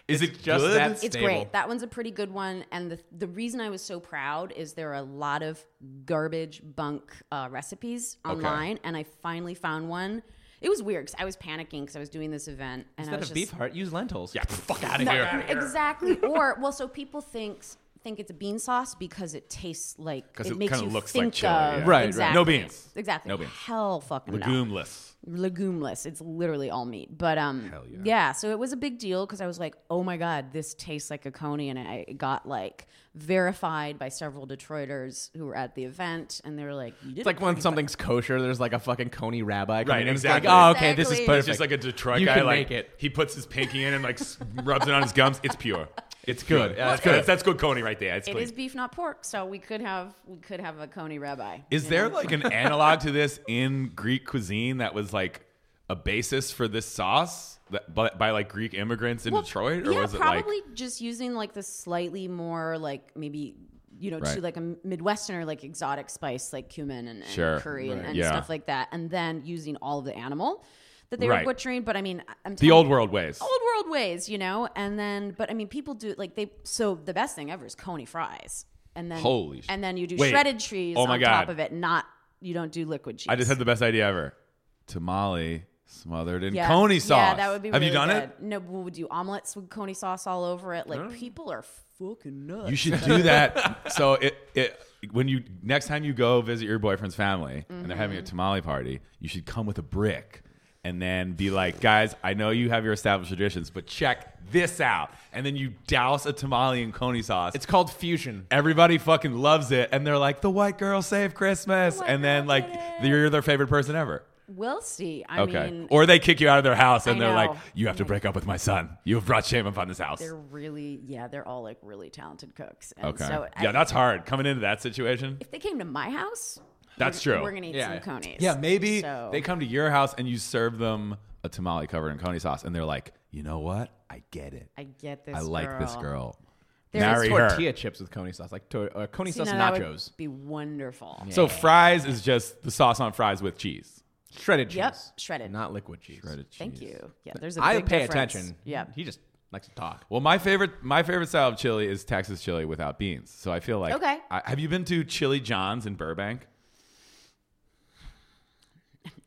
Speaker 1: Is it
Speaker 2: just
Speaker 1: good?
Speaker 2: that-
Speaker 3: It's
Speaker 2: stable.
Speaker 3: great. That one's a pretty good one. And the, the reason I was so proud is there are a lot of garbage bunk uh, recipes online, and I finally found one. It was weird because I was panicking because I was doing this event, and I
Speaker 2: Instead
Speaker 3: was
Speaker 2: of
Speaker 3: just,
Speaker 2: beef heart, use lentils.
Speaker 4: Yeah, fuck out of
Speaker 3: No,
Speaker 4: here.
Speaker 3: exactly. or well, so people think think it's a bean sauce because it tastes like
Speaker 1: 'Cause it
Speaker 3: it makes
Speaker 1: kinda
Speaker 3: you
Speaker 1: looks like
Speaker 3: think
Speaker 1: chili, yeah.
Speaker 3: of
Speaker 1: Right,
Speaker 2: right.
Speaker 3: exactly.
Speaker 4: No beans.
Speaker 3: Exactly.
Speaker 1: No beans.
Speaker 3: Hell fucking no
Speaker 4: Legumeless.
Speaker 3: legumeless. It's literally all meat. But um,
Speaker 1: yeah.
Speaker 3: yeah. So it was a big deal because I was like, oh my god, this tastes like a coney, and I it got like verified by several Detroiters who were at the event, and they were like, you did.
Speaker 2: It's like when something's kosher, there's like a fucking coney rabbi.
Speaker 4: Right,
Speaker 2: coming in. It's
Speaker 4: exactly.
Speaker 2: Like, oh, okay, this is
Speaker 3: Exactly.
Speaker 2: perfect.
Speaker 4: It's just like a Detroit
Speaker 2: You
Speaker 4: guy.
Speaker 2: can
Speaker 4: like
Speaker 2: make it.
Speaker 4: he puts his pinky in and like s- rubs it on his gums. It's pure. It's good.
Speaker 2: Yeah,
Speaker 4: that's
Speaker 2: that's
Speaker 4: good.
Speaker 2: good.
Speaker 4: That's, that's good coney right there. It's
Speaker 3: it
Speaker 4: clean.
Speaker 3: is beef, not pork, so we could have we could have a coney rabbi.
Speaker 1: Is there like an analog to this in Greek cuisine that was like a basis for this sauce that, by, by like Greek immigrants in
Speaker 3: Well,
Speaker 1: Detroit, or
Speaker 3: yeah,
Speaker 1: was it like
Speaker 3: probably just using like the slightly more like maybe you know
Speaker 1: Right.
Speaker 3: to like a midwesterner like exotic spice like cumin and, and
Speaker 1: Sure.
Speaker 3: curry and,
Speaker 1: Right.
Speaker 3: and
Speaker 1: Yeah.
Speaker 3: stuff like that, and then using all of the animal that they
Speaker 1: Right.
Speaker 3: were butchering. But I mean, I- I'm
Speaker 1: the
Speaker 3: telling
Speaker 1: old
Speaker 3: you-
Speaker 1: world ways?
Speaker 3: old world ways, you know. And then, but I mean, people do like they. So the best thing ever is coney fries, and then
Speaker 1: Holy sh-
Speaker 3: and then you do
Speaker 1: Wait.
Speaker 3: shredded cheese
Speaker 1: Oh my
Speaker 3: on
Speaker 1: God.
Speaker 3: top of it. Not you don't do liquid cheese.
Speaker 1: I just had the best idea ever. Tamale smothered in
Speaker 3: Yeah.
Speaker 1: coney sauce.
Speaker 3: Yeah, that would be.
Speaker 1: Have you done
Speaker 3: really good.
Speaker 1: it? Oh.
Speaker 3: No, we would do omelets with coney sauce all over it. Like people are fucking nuts.
Speaker 1: You should do that. so it it when you next time you go visit your boyfriend's family and they're
Speaker 3: Mm-hmm.
Speaker 1: having a tamale party, you should come with a brick and then be like, guys, I know you have your established traditions, but check this out. And then you douse a tamale in coney sauce.
Speaker 2: it's called fusion.
Speaker 1: Everybody fucking loves it, and they're like, "The white girl saved Christmas,"
Speaker 3: The white
Speaker 1: and then
Speaker 3: girl
Speaker 1: like
Speaker 3: did it.
Speaker 1: you're their favorite person ever.
Speaker 3: We'll see. I
Speaker 1: Okay,
Speaker 3: mean,
Speaker 1: or they kick you out of their house, and
Speaker 3: I
Speaker 1: they're
Speaker 3: know.
Speaker 1: like, "You have to break up with my son. You have brought shame upon this house."
Speaker 3: they're really yeah, they're all like really talented cooks. And
Speaker 1: Okay,
Speaker 3: So I-
Speaker 1: yeah, that's hard coming into that situation.
Speaker 3: if they came to my house,
Speaker 1: That's
Speaker 3: we're,
Speaker 1: true.
Speaker 3: We're gonna eat
Speaker 2: Yeah.
Speaker 3: some conies.
Speaker 1: Yeah, maybe
Speaker 3: So-
Speaker 1: they come to your house and you serve them a tamale covered in coney sauce, and they're like, "You know what? I get it.
Speaker 3: I get this.
Speaker 1: I like this girl."
Speaker 3: There's
Speaker 2: It's
Speaker 1: Marry her.
Speaker 2: tortilla chips with coney sauce, like to- uh, coney
Speaker 3: See,
Speaker 2: sauce
Speaker 3: now that would
Speaker 2: nachos,
Speaker 3: be wonderful.
Speaker 1: So fries is just the sauce on fries with cheese.
Speaker 2: shredded cheese.
Speaker 3: Yep, shredded.
Speaker 2: Not liquid cheese.
Speaker 3: Thank you. Yeah, there's a
Speaker 2: I
Speaker 3: big
Speaker 2: pay
Speaker 3: difference.
Speaker 2: attention.
Speaker 3: Yeah.
Speaker 2: He just likes to talk.
Speaker 1: Well, my favorite my favorite style of chili is Texas chili without beans. So I feel like
Speaker 3: Okay.
Speaker 1: I, have you been to Chili John's in Burbank?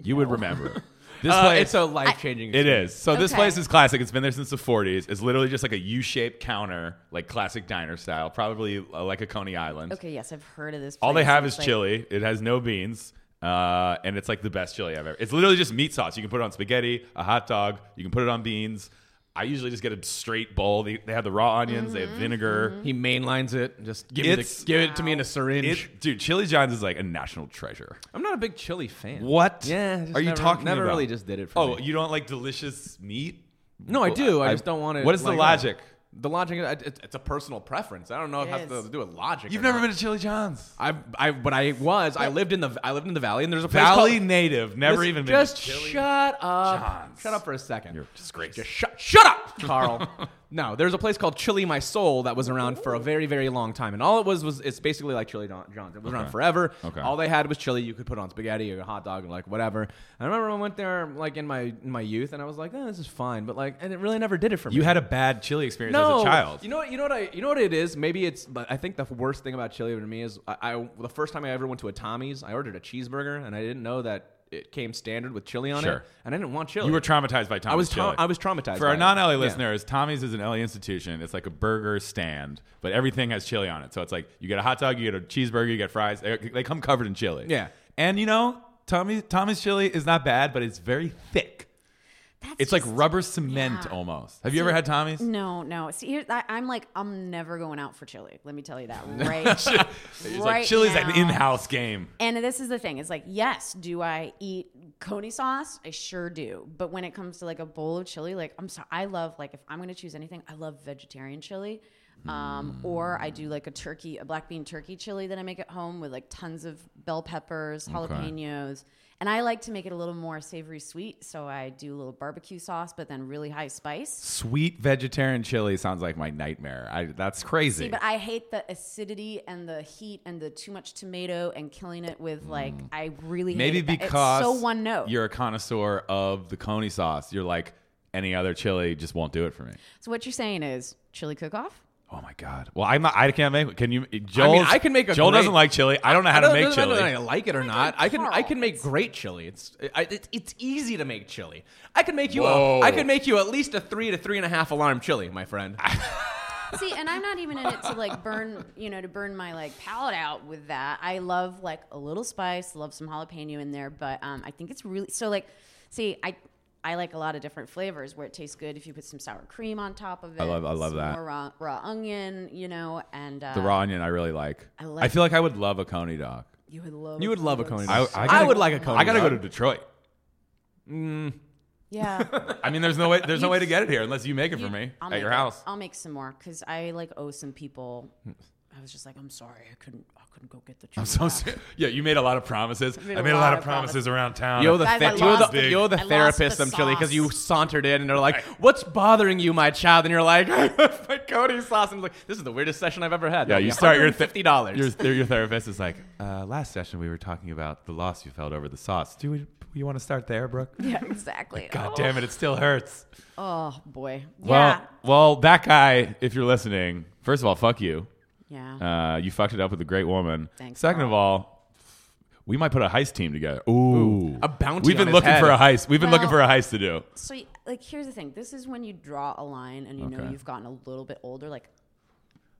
Speaker 1: You would remember. it. This
Speaker 2: Uh,
Speaker 1: place
Speaker 2: it's a life changing.
Speaker 1: It is. So this
Speaker 3: Okay.
Speaker 1: place is classic. It's been there since the 40s. It's literally just like a U-shaped counter, like classic diner style, probably uh, like a Coney Island.
Speaker 3: Okay. Yes, I've heard of this.
Speaker 1: All they
Speaker 3: place.
Speaker 1: have
Speaker 3: It's
Speaker 1: is
Speaker 3: like-
Speaker 1: chili. It has no beans. Uh, and it's like the best chili I've ever. It's literally just meat sauce. You can put it on spaghetti, a hot dog. You can put it on beans. I usually just get a straight bowl. They, they have the raw onions. They have
Speaker 3: Mm-hmm.
Speaker 1: vinegar.
Speaker 2: He mainlines it. Just give, it,
Speaker 1: It's-
Speaker 2: the, give it to me in a syringe.
Speaker 1: It, dude, Chili John's is like a national treasure.
Speaker 2: I'm not a big chili fan.
Speaker 1: What?
Speaker 2: Yeah. just
Speaker 1: Are you
Speaker 2: never-
Speaker 1: talking
Speaker 2: Never
Speaker 1: about?
Speaker 2: really just did it for
Speaker 1: Oh,
Speaker 2: me.
Speaker 1: you don't like delicious meat?
Speaker 2: no, I do. I, just don't want to.
Speaker 1: What is the logic?
Speaker 2: The logic. I- It's it's a personal preference. I don't know if
Speaker 3: It
Speaker 2: it has
Speaker 3: is.
Speaker 2: to do with logic.
Speaker 1: You've
Speaker 2: or
Speaker 1: never
Speaker 2: not.
Speaker 1: been to Chili John's.
Speaker 2: I, I, but I was. I lived in the, I lived in the valley, and there's a place
Speaker 1: Valley
Speaker 2: called-
Speaker 1: native, never
Speaker 2: Listen,
Speaker 1: even been
Speaker 2: Just
Speaker 1: to Ah, Chili
Speaker 2: shut up.
Speaker 1: John's.
Speaker 2: Shut up for a second.
Speaker 1: You're a disgrace.
Speaker 2: Just shut, shut up, Carl. no, there's a place called Chili My Soul that was around for a very, very long time, and all it was was it's basically like Chili Don- John's. It was around forever.
Speaker 1: Okay.
Speaker 2: All they had was chili. You could put on spaghetti or a hot dog or like whatever. And I remember I went there like in my in my youth, and I was like, eh, this is fine, but like, and it really never did it for me.
Speaker 1: You had a bad chili experience as a child.
Speaker 2: You know what? You know what? I you know what it is. Maybe it's. But I think the worst thing about chili to me is I, I the first time I ever went to a Tommy's, I ordered a cheeseburger and I didn't know that it came standard with chili on it,
Speaker 1: Sure.
Speaker 2: and I didn't want chili.
Speaker 1: You were traumatized by Tommy's
Speaker 2: I was trau-
Speaker 1: chili.
Speaker 2: I was traumatized
Speaker 1: For our
Speaker 2: by it.
Speaker 1: non-LA
Speaker 2: Yeah.
Speaker 1: listeners, Tommy's is an LA institution. It's like a burger stand, but everything has chili on it. So it's like you get a hot dog, you get a cheeseburger, you get fries. They, they come covered in chili.
Speaker 2: Yeah.
Speaker 1: and you know, Tommy Tommy's chili is not bad, but it's very thick.
Speaker 3: That's
Speaker 1: It's like
Speaker 3: just-
Speaker 1: rubber cement
Speaker 3: yeah.
Speaker 1: almost. Have you ever had Tommy's?
Speaker 3: No, no. See, here, I, I'm like, I'm never going out for chili. Let me tell you that right, right
Speaker 1: It's like chili's an
Speaker 3: now.
Speaker 1: in-house game.
Speaker 3: And this is the thing. It's like, yes, do I eat coney sauce? I sure do. But when it comes to like a bowl of chili, like I'm sorry, I love like if I'm gonna choose anything, I love vegetarian chili. Um, or I do like a turkey, a black bean turkey chili that I make at home with like tons of bell peppers, jalapenos. And I like to make it a little more savory sweet, so I do a little barbecue sauce, but then really high spice.
Speaker 1: Sweet vegetarian chili sounds like my nightmare. I, that's crazy.
Speaker 3: See, but I hate the acidity and the heat and the too much tomato and killing it with like I really
Speaker 1: Mm. Maybe
Speaker 3: hate that. It's
Speaker 1: because
Speaker 3: so one note.
Speaker 1: you're a connoisseur of the coney sauce. You're like any other chili just won't do it for me.
Speaker 3: So what you're saying is chili cook off?
Speaker 1: Oh my god. Well, I'm not. I can't make. Can you? Joel.
Speaker 2: I can make a
Speaker 1: Joel
Speaker 2: great-
Speaker 1: doesn't like chili. I don't know how
Speaker 2: I don't,
Speaker 1: to make
Speaker 2: doesn't matter
Speaker 1: chili.
Speaker 2: that I like it or not. I can I
Speaker 3: Carl,
Speaker 2: can make great chili. It's I, it's it's easy to make chili. I can make you a,
Speaker 1: Whoa.
Speaker 2: I can make you at least a three to three and a half alarm chili, my friend.
Speaker 3: See, and I'm not even in it to like burn, you know, to burn my like palate out with that. I love like a little spice, love some jalapeno in there, but um, I think it's really so like, see, I I like a lot of different flavors where it tastes good if you put some sour cream on top of it.
Speaker 1: love- I love
Speaker 3: some
Speaker 1: that.
Speaker 3: more raw, raw onion, you know, and uh,
Speaker 1: the raw onion. I really like. I,
Speaker 3: like-
Speaker 1: feel like I would love a coney dog.
Speaker 3: You would love.
Speaker 2: you would love a coney.
Speaker 1: I,
Speaker 2: dog.
Speaker 1: I, gotta-
Speaker 2: would like a coney.
Speaker 1: I gotta
Speaker 2: dog.
Speaker 1: go to Detroit.
Speaker 3: Yeah.
Speaker 1: I mean, there's no way. There's no way to get it here unless you make it for me
Speaker 3: I'll
Speaker 1: at
Speaker 3: make
Speaker 1: your
Speaker 3: it.
Speaker 1: house.
Speaker 3: I'll make some more because I like owe some people. I was just like, I'm sorry, I couldn't, I couldn't go get the.
Speaker 1: I'm so serious. Yeah, you made a lot of promises. I made, a lot, of promises, around town.
Speaker 2: You're the,
Speaker 3: Guys, I
Speaker 2: ther- you're
Speaker 3: lost-
Speaker 2: the, you're the
Speaker 3: I lost
Speaker 2: therapist,
Speaker 3: the
Speaker 2: I'm chili, because you
Speaker 3: sauce.
Speaker 2: sauntered in and they're like, "What's bothering you, my child?" And you're like, "My Cody sauce." And I'm like, "This is the weirdest session I've ever had."
Speaker 1: Yeah, you start your
Speaker 2: fifty
Speaker 1: Your,
Speaker 2: dollars.
Speaker 1: your therapist is like, uh, last session we were talking about the loss you felt over the sauce. Do we, you want to start there, Brooke?
Speaker 3: Yeah, exactly.
Speaker 1: God
Speaker 3: oh,
Speaker 1: damn it, it still hurts.
Speaker 3: Oh boy. Yeah.
Speaker 1: Well, well, that guy, if you're listening, first of all, fuck you.
Speaker 3: yeah.
Speaker 1: Uh, you fucked it up with a great woman.
Speaker 3: Thanks,
Speaker 1: Second
Speaker 3: Carl.
Speaker 1: of all, we might put a heist team together. Ooh,
Speaker 2: a bounty
Speaker 1: We've
Speaker 2: on
Speaker 1: been
Speaker 2: his
Speaker 1: looking
Speaker 2: head.
Speaker 1: for a heist. We've been looking for
Speaker 3: Well-
Speaker 1: a heist to do.
Speaker 3: so y- like here's the thing this is when you draw a line and you know
Speaker 1: Okay.
Speaker 3: you've gotten a little bit older like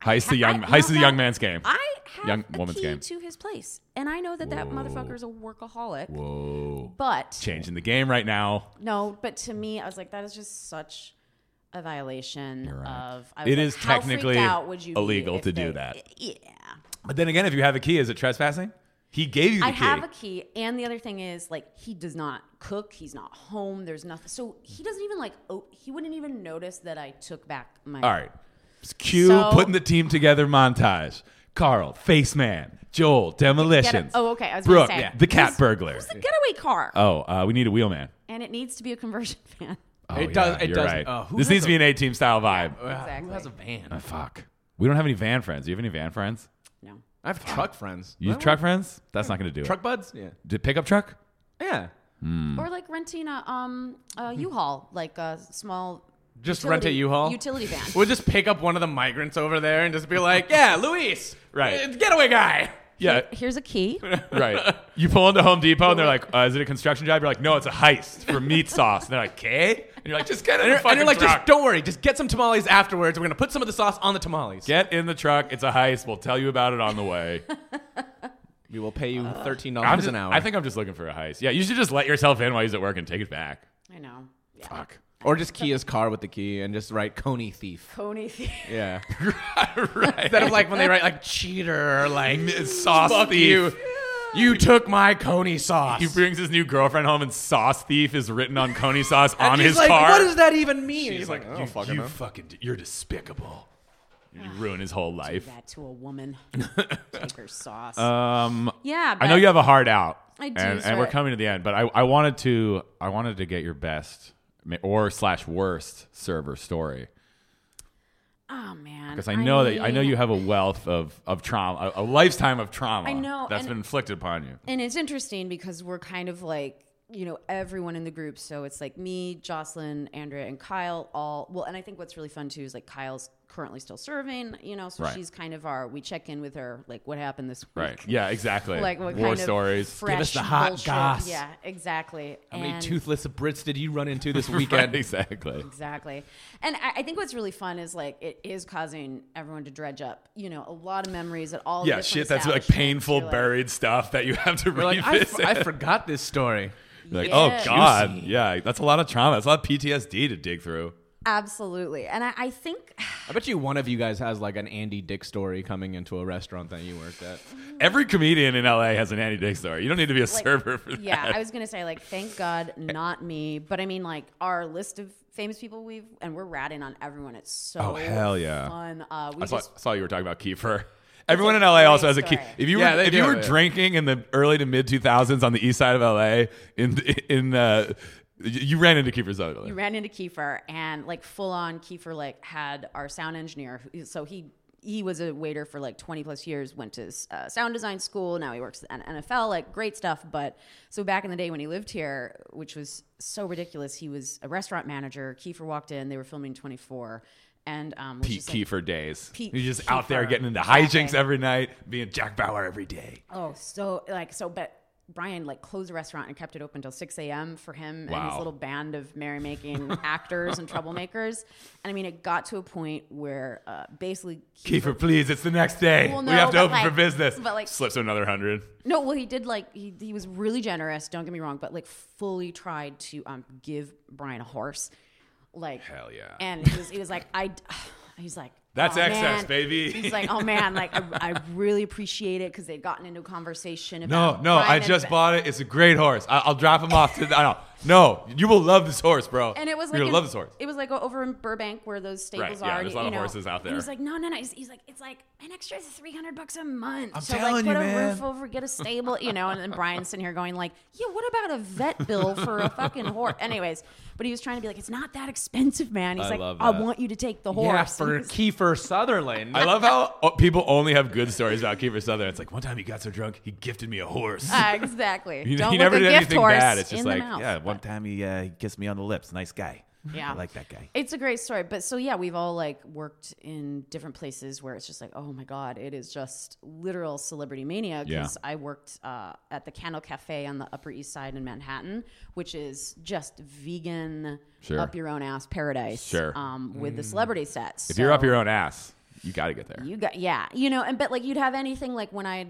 Speaker 1: Heist the
Speaker 3: I-
Speaker 1: young,
Speaker 3: I-
Speaker 1: heist
Speaker 3: you
Speaker 1: the
Speaker 3: know
Speaker 1: young
Speaker 3: what?
Speaker 1: man's game.
Speaker 3: i have
Speaker 1: Young
Speaker 3: a
Speaker 1: woman's
Speaker 3: key
Speaker 1: game.
Speaker 3: to his place and i know that that motherfucker is a workaholic
Speaker 1: Whoa,
Speaker 3: but
Speaker 1: changing the game right now.
Speaker 3: no but to me i was like that is just such a violation
Speaker 1: right.
Speaker 3: of I was
Speaker 1: It
Speaker 3: like,
Speaker 1: is
Speaker 3: how freaked
Speaker 1: technically
Speaker 3: out would you be
Speaker 1: illegal
Speaker 3: if
Speaker 1: to do
Speaker 3: they-
Speaker 1: that.
Speaker 3: yeah
Speaker 1: But then again, if you have a key, is it trespassing? He gave you the
Speaker 3: I
Speaker 1: key.
Speaker 3: have a key, and the other thing is like he does not cook. He's not home. There's nothing, so he doesn't even like. Oh, he wouldn't even notice that I took back my.
Speaker 1: All right. Cue
Speaker 3: So-
Speaker 1: putting the team together montage. Carl, face man. Joel, demolitions.
Speaker 3: oh, okay, I was gonna
Speaker 1: Brooke,
Speaker 3: say.
Speaker 1: the cat
Speaker 3: Who's-
Speaker 1: burglar.
Speaker 3: It's a getaway car,
Speaker 1: Oh, uh, we need a wheelman.
Speaker 3: and it needs to be a conversion van.
Speaker 1: Oh,
Speaker 2: It does- it
Speaker 1: you're
Speaker 2: does-
Speaker 1: Right.
Speaker 2: uh, who
Speaker 1: this
Speaker 2: has
Speaker 1: needs to
Speaker 2: a- uh,
Speaker 1: be an A team style vibe. Ah,
Speaker 2: Who
Speaker 3: Exactly.
Speaker 2: has a van?
Speaker 1: Fuck. We don't have any van friends. Do you have any van friends?
Speaker 3: No.
Speaker 2: I have truck friends.
Speaker 1: You have
Speaker 2: Well,
Speaker 1: truck friends? That's not going to do
Speaker 2: truck buds? Yeah.
Speaker 1: it. Did pickup truck?
Speaker 2: Yeah.
Speaker 1: Mm.
Speaker 3: Or like renting a um a
Speaker 1: Hmm.
Speaker 3: U-Haul, like a small
Speaker 2: Just rent
Speaker 3: utility,
Speaker 2: a U-Haul.
Speaker 3: utility van.
Speaker 2: We'll just pick up one of the migrants over there and just be like, "Yeah, Luis,
Speaker 1: Right.
Speaker 2: uh, getaway guy."
Speaker 1: Yeah,
Speaker 3: Here's a key.
Speaker 1: right. You pull into Home Depot and they're like, uh, "Is it a construction job?" You're like, "No, it's a heist for meat sauce." And they're like, "Okay," and you're like, "Just get in
Speaker 2: And
Speaker 1: the
Speaker 2: you're, and
Speaker 1: fucking
Speaker 2: you're like,
Speaker 1: truck.
Speaker 2: "Just don't worry, just get some tamales afterwards. We're gonna put some of the sauce on the tamales.
Speaker 1: get in the truck. It's a heist. We'll tell you about it on the way."
Speaker 2: we will pay you thirteen
Speaker 1: I'm
Speaker 2: dollars
Speaker 1: just-
Speaker 2: an hour."
Speaker 1: I think I'm just looking for a heist. Yeah, you should just let yourself in while he's at work and take it back.
Speaker 3: I know. Yeah.
Speaker 1: Fuck.
Speaker 2: or just key his car with the key and just write Coney thief.
Speaker 3: Coney thing.
Speaker 2: Yeah.
Speaker 1: right.
Speaker 2: Instead of like when they write like cheater or like
Speaker 1: sauce
Speaker 2: fuck
Speaker 1: thief.
Speaker 2: you, you took my Coney sauce.
Speaker 1: He brings his new girlfriend home and sauce thief is written on Coney sauce
Speaker 2: And
Speaker 1: on
Speaker 2: she's
Speaker 1: his
Speaker 2: like,
Speaker 1: car.
Speaker 2: What does that even mean?
Speaker 1: He's like,
Speaker 2: I don't
Speaker 1: you,
Speaker 2: fucking
Speaker 1: you
Speaker 2: know."
Speaker 1: fucking, d- you're despicable. You ruin his whole
Speaker 3: Do
Speaker 1: life.
Speaker 3: that to a woman. Take her sauce.
Speaker 1: Um,
Speaker 3: yeah.
Speaker 1: I know
Speaker 3: but-
Speaker 1: you have a heart out,
Speaker 3: I do,
Speaker 1: and,
Speaker 3: sir.
Speaker 1: and we're coming to the end. But I, I wanted to, I wanted to get your best ma- or slash worst server story
Speaker 3: Oh man.
Speaker 1: because I know that I know
Speaker 3: mean-
Speaker 1: you have a wealth of of trauma, a, a lifetime of trauma.
Speaker 3: I know,
Speaker 1: that's
Speaker 3: and-
Speaker 1: been inflicted upon you.
Speaker 3: And it's interesting because we're kind of like, you know, everyone in the group. So it's like me, Jocelyn, Andrea, and Kyle all. Well, and I think what's really fun too is like Kyle's currently still serving, you know, so
Speaker 1: Right.
Speaker 3: she's kind of our, we check in with her, like what happened this week.
Speaker 1: Right? Yeah, exactly.
Speaker 3: Like what
Speaker 1: war
Speaker 3: kind
Speaker 1: stories.
Speaker 3: of fresh
Speaker 2: us the hot
Speaker 3: bullshit.
Speaker 2: goss.
Speaker 3: Yeah, exactly.
Speaker 2: How many
Speaker 3: And-
Speaker 2: toothless Brits did you run into this
Speaker 1: Right,
Speaker 2: weekend?
Speaker 1: exactly.
Speaker 3: Exactly. And I, I think what's really fun is like it is causing everyone to dredge up, you know, a lot of memories at all.
Speaker 1: Yeah,
Speaker 3: different
Speaker 1: shit. That's like
Speaker 3: establishments.
Speaker 1: painful,
Speaker 3: You're like,
Speaker 1: buried stuff that you have to
Speaker 2: We're like,
Speaker 1: revisit.
Speaker 2: I, f- I forgot this story.
Speaker 1: Like,
Speaker 3: Yeah.
Speaker 1: oh god,
Speaker 2: Juicy.
Speaker 1: yeah, that's a lot of trauma. That's a lot of PTSD to dig through.
Speaker 3: Absolutely. And I, I think
Speaker 2: I bet you one of you guys has like an Andy Dick story coming into a restaurant that you worked at.
Speaker 1: Every comedian in LA has an Andy Dick story. You don't need to be a
Speaker 3: Mm-hmm. like-
Speaker 1: server for that.
Speaker 3: Yeah, I was gonna say like, thank God, not me. But I mean, like our list of famous people we've and we're ratting on everyone. It's so
Speaker 1: Oh, hell yeah.
Speaker 3: fun. Uh, we
Speaker 1: I saw,
Speaker 3: just
Speaker 1: saw you were talking about Kiefer. Everyone
Speaker 3: a
Speaker 1: in LA
Speaker 3: great
Speaker 1: also has a
Speaker 3: story.
Speaker 1: Kiefer. If you were,
Speaker 2: Yeah, they
Speaker 1: if
Speaker 2: do,
Speaker 1: you were
Speaker 2: yeah.
Speaker 1: drinking in the early to mid 2000s on the east side of LA, in in uh, you- you ran into Kiefer Sutherland.
Speaker 3: we ran into Kiefer and like full on Kiefer like had our sound engineer. who- So he he was a waiter for like 20 plus years went to uh, sound design school now he works at nfl like great stuff but so back in the day when he lived here which was so ridiculous he was a restaurant manager kiefer walked in they were filming 24 and um was
Speaker 1: Pete
Speaker 3: just, like,
Speaker 1: Kiefer days.
Speaker 3: Pete
Speaker 1: You're just out there
Speaker 3: Kiefer.
Speaker 1: getting into
Speaker 3: Exactly.
Speaker 1: hijinks every night, being Jack Bauer every day.
Speaker 3: Oh, so like so, but Brian like closed the restaurant and kept it open till six a.m. for him and
Speaker 1: Wow.
Speaker 3: his little band of merrymaking actors and troublemakers. And I mean, it got to a point where uh, basically
Speaker 1: Kiefer, please, it's the next day.
Speaker 3: Well,
Speaker 1: we have
Speaker 3: no,
Speaker 1: to
Speaker 3: but
Speaker 1: open for
Speaker 3: like-
Speaker 1: business.
Speaker 3: but like-
Speaker 1: Slips to another hundred.
Speaker 3: No, well, he did like he, he was really generous. Don't get me wrong, but like fully tried to um give Brian a horse, like
Speaker 1: Hell yeah.
Speaker 3: And he was he was like I, he's like
Speaker 1: That's
Speaker 3: "Aw,
Speaker 1: excess,
Speaker 3: man."
Speaker 1: baby.
Speaker 3: He's like oh man, like I, I really appreciate it because they'd gotten into a conversation
Speaker 1: No,
Speaker 3: about
Speaker 1: no, I
Speaker 3: Brian and
Speaker 1: just
Speaker 3: Ben.
Speaker 1: bought it. It's a great horse. I- I'll drop him off to. The- no, no, you will love this horse, bro.
Speaker 3: And it was
Speaker 1: you're
Speaker 3: like
Speaker 1: gonna
Speaker 3: in-
Speaker 1: love this horse.
Speaker 3: It was like over in Burbank where those stables
Speaker 1: Right, yeah,
Speaker 3: are.
Speaker 1: there's a
Speaker 3: you-
Speaker 1: lot
Speaker 3: you
Speaker 1: of
Speaker 3: know.
Speaker 1: horses out
Speaker 3: And he's
Speaker 1: there.
Speaker 3: like, no, no, no. He's, he's like, it's like an extra is three hundred bucks a month. I'm so
Speaker 1: telling
Speaker 3: like, put
Speaker 1: you,
Speaker 3: a
Speaker 1: man.
Speaker 3: roof over, get a stable, you know. And then Brian's sitting here going like, yeah, what about a vet bill for a fucking horse? Anyways, but he was trying to be like, it's not that expensive, man. He's
Speaker 1: I
Speaker 3: like,
Speaker 1: love
Speaker 3: I
Speaker 1: that.
Speaker 3: want you to take the horse.
Speaker 2: Yeah,
Speaker 3: And
Speaker 2: for
Speaker 3: he's-
Speaker 2: Kiefer Sutherland.
Speaker 1: I love how oh, people only have good stories about Kiefer Sutherland. It's like one time he got so drunk, he gifted me a horse.
Speaker 3: Ah, exactly.
Speaker 1: he,
Speaker 3: Don't
Speaker 1: he
Speaker 3: look
Speaker 1: never
Speaker 3: a
Speaker 1: did
Speaker 3: gift
Speaker 1: anything
Speaker 3: horse
Speaker 1: bad. It's just
Speaker 3: in the
Speaker 1: like,
Speaker 3: mouth.
Speaker 1: yeah, one time he uh, he kissed me on the lips. Nice guy.
Speaker 3: Yeah.
Speaker 1: I like that guy.
Speaker 3: It's a great story. But so yeah, we've all like worked in different places where it's just like, oh my god, it is just literal celebrity mania.
Speaker 1: Yeah.
Speaker 3: Because I worked uh, at the Candle Cafe on the Upper East Side in Manhattan, which is just vegan,
Speaker 1: Sure.
Speaker 3: up your own ass paradise.
Speaker 1: Sure.
Speaker 3: Um, with the celebrity sets.
Speaker 1: If you're up your own ass, you got to get there.
Speaker 3: You got yeah, you know, and but like you'd have anything like when I'd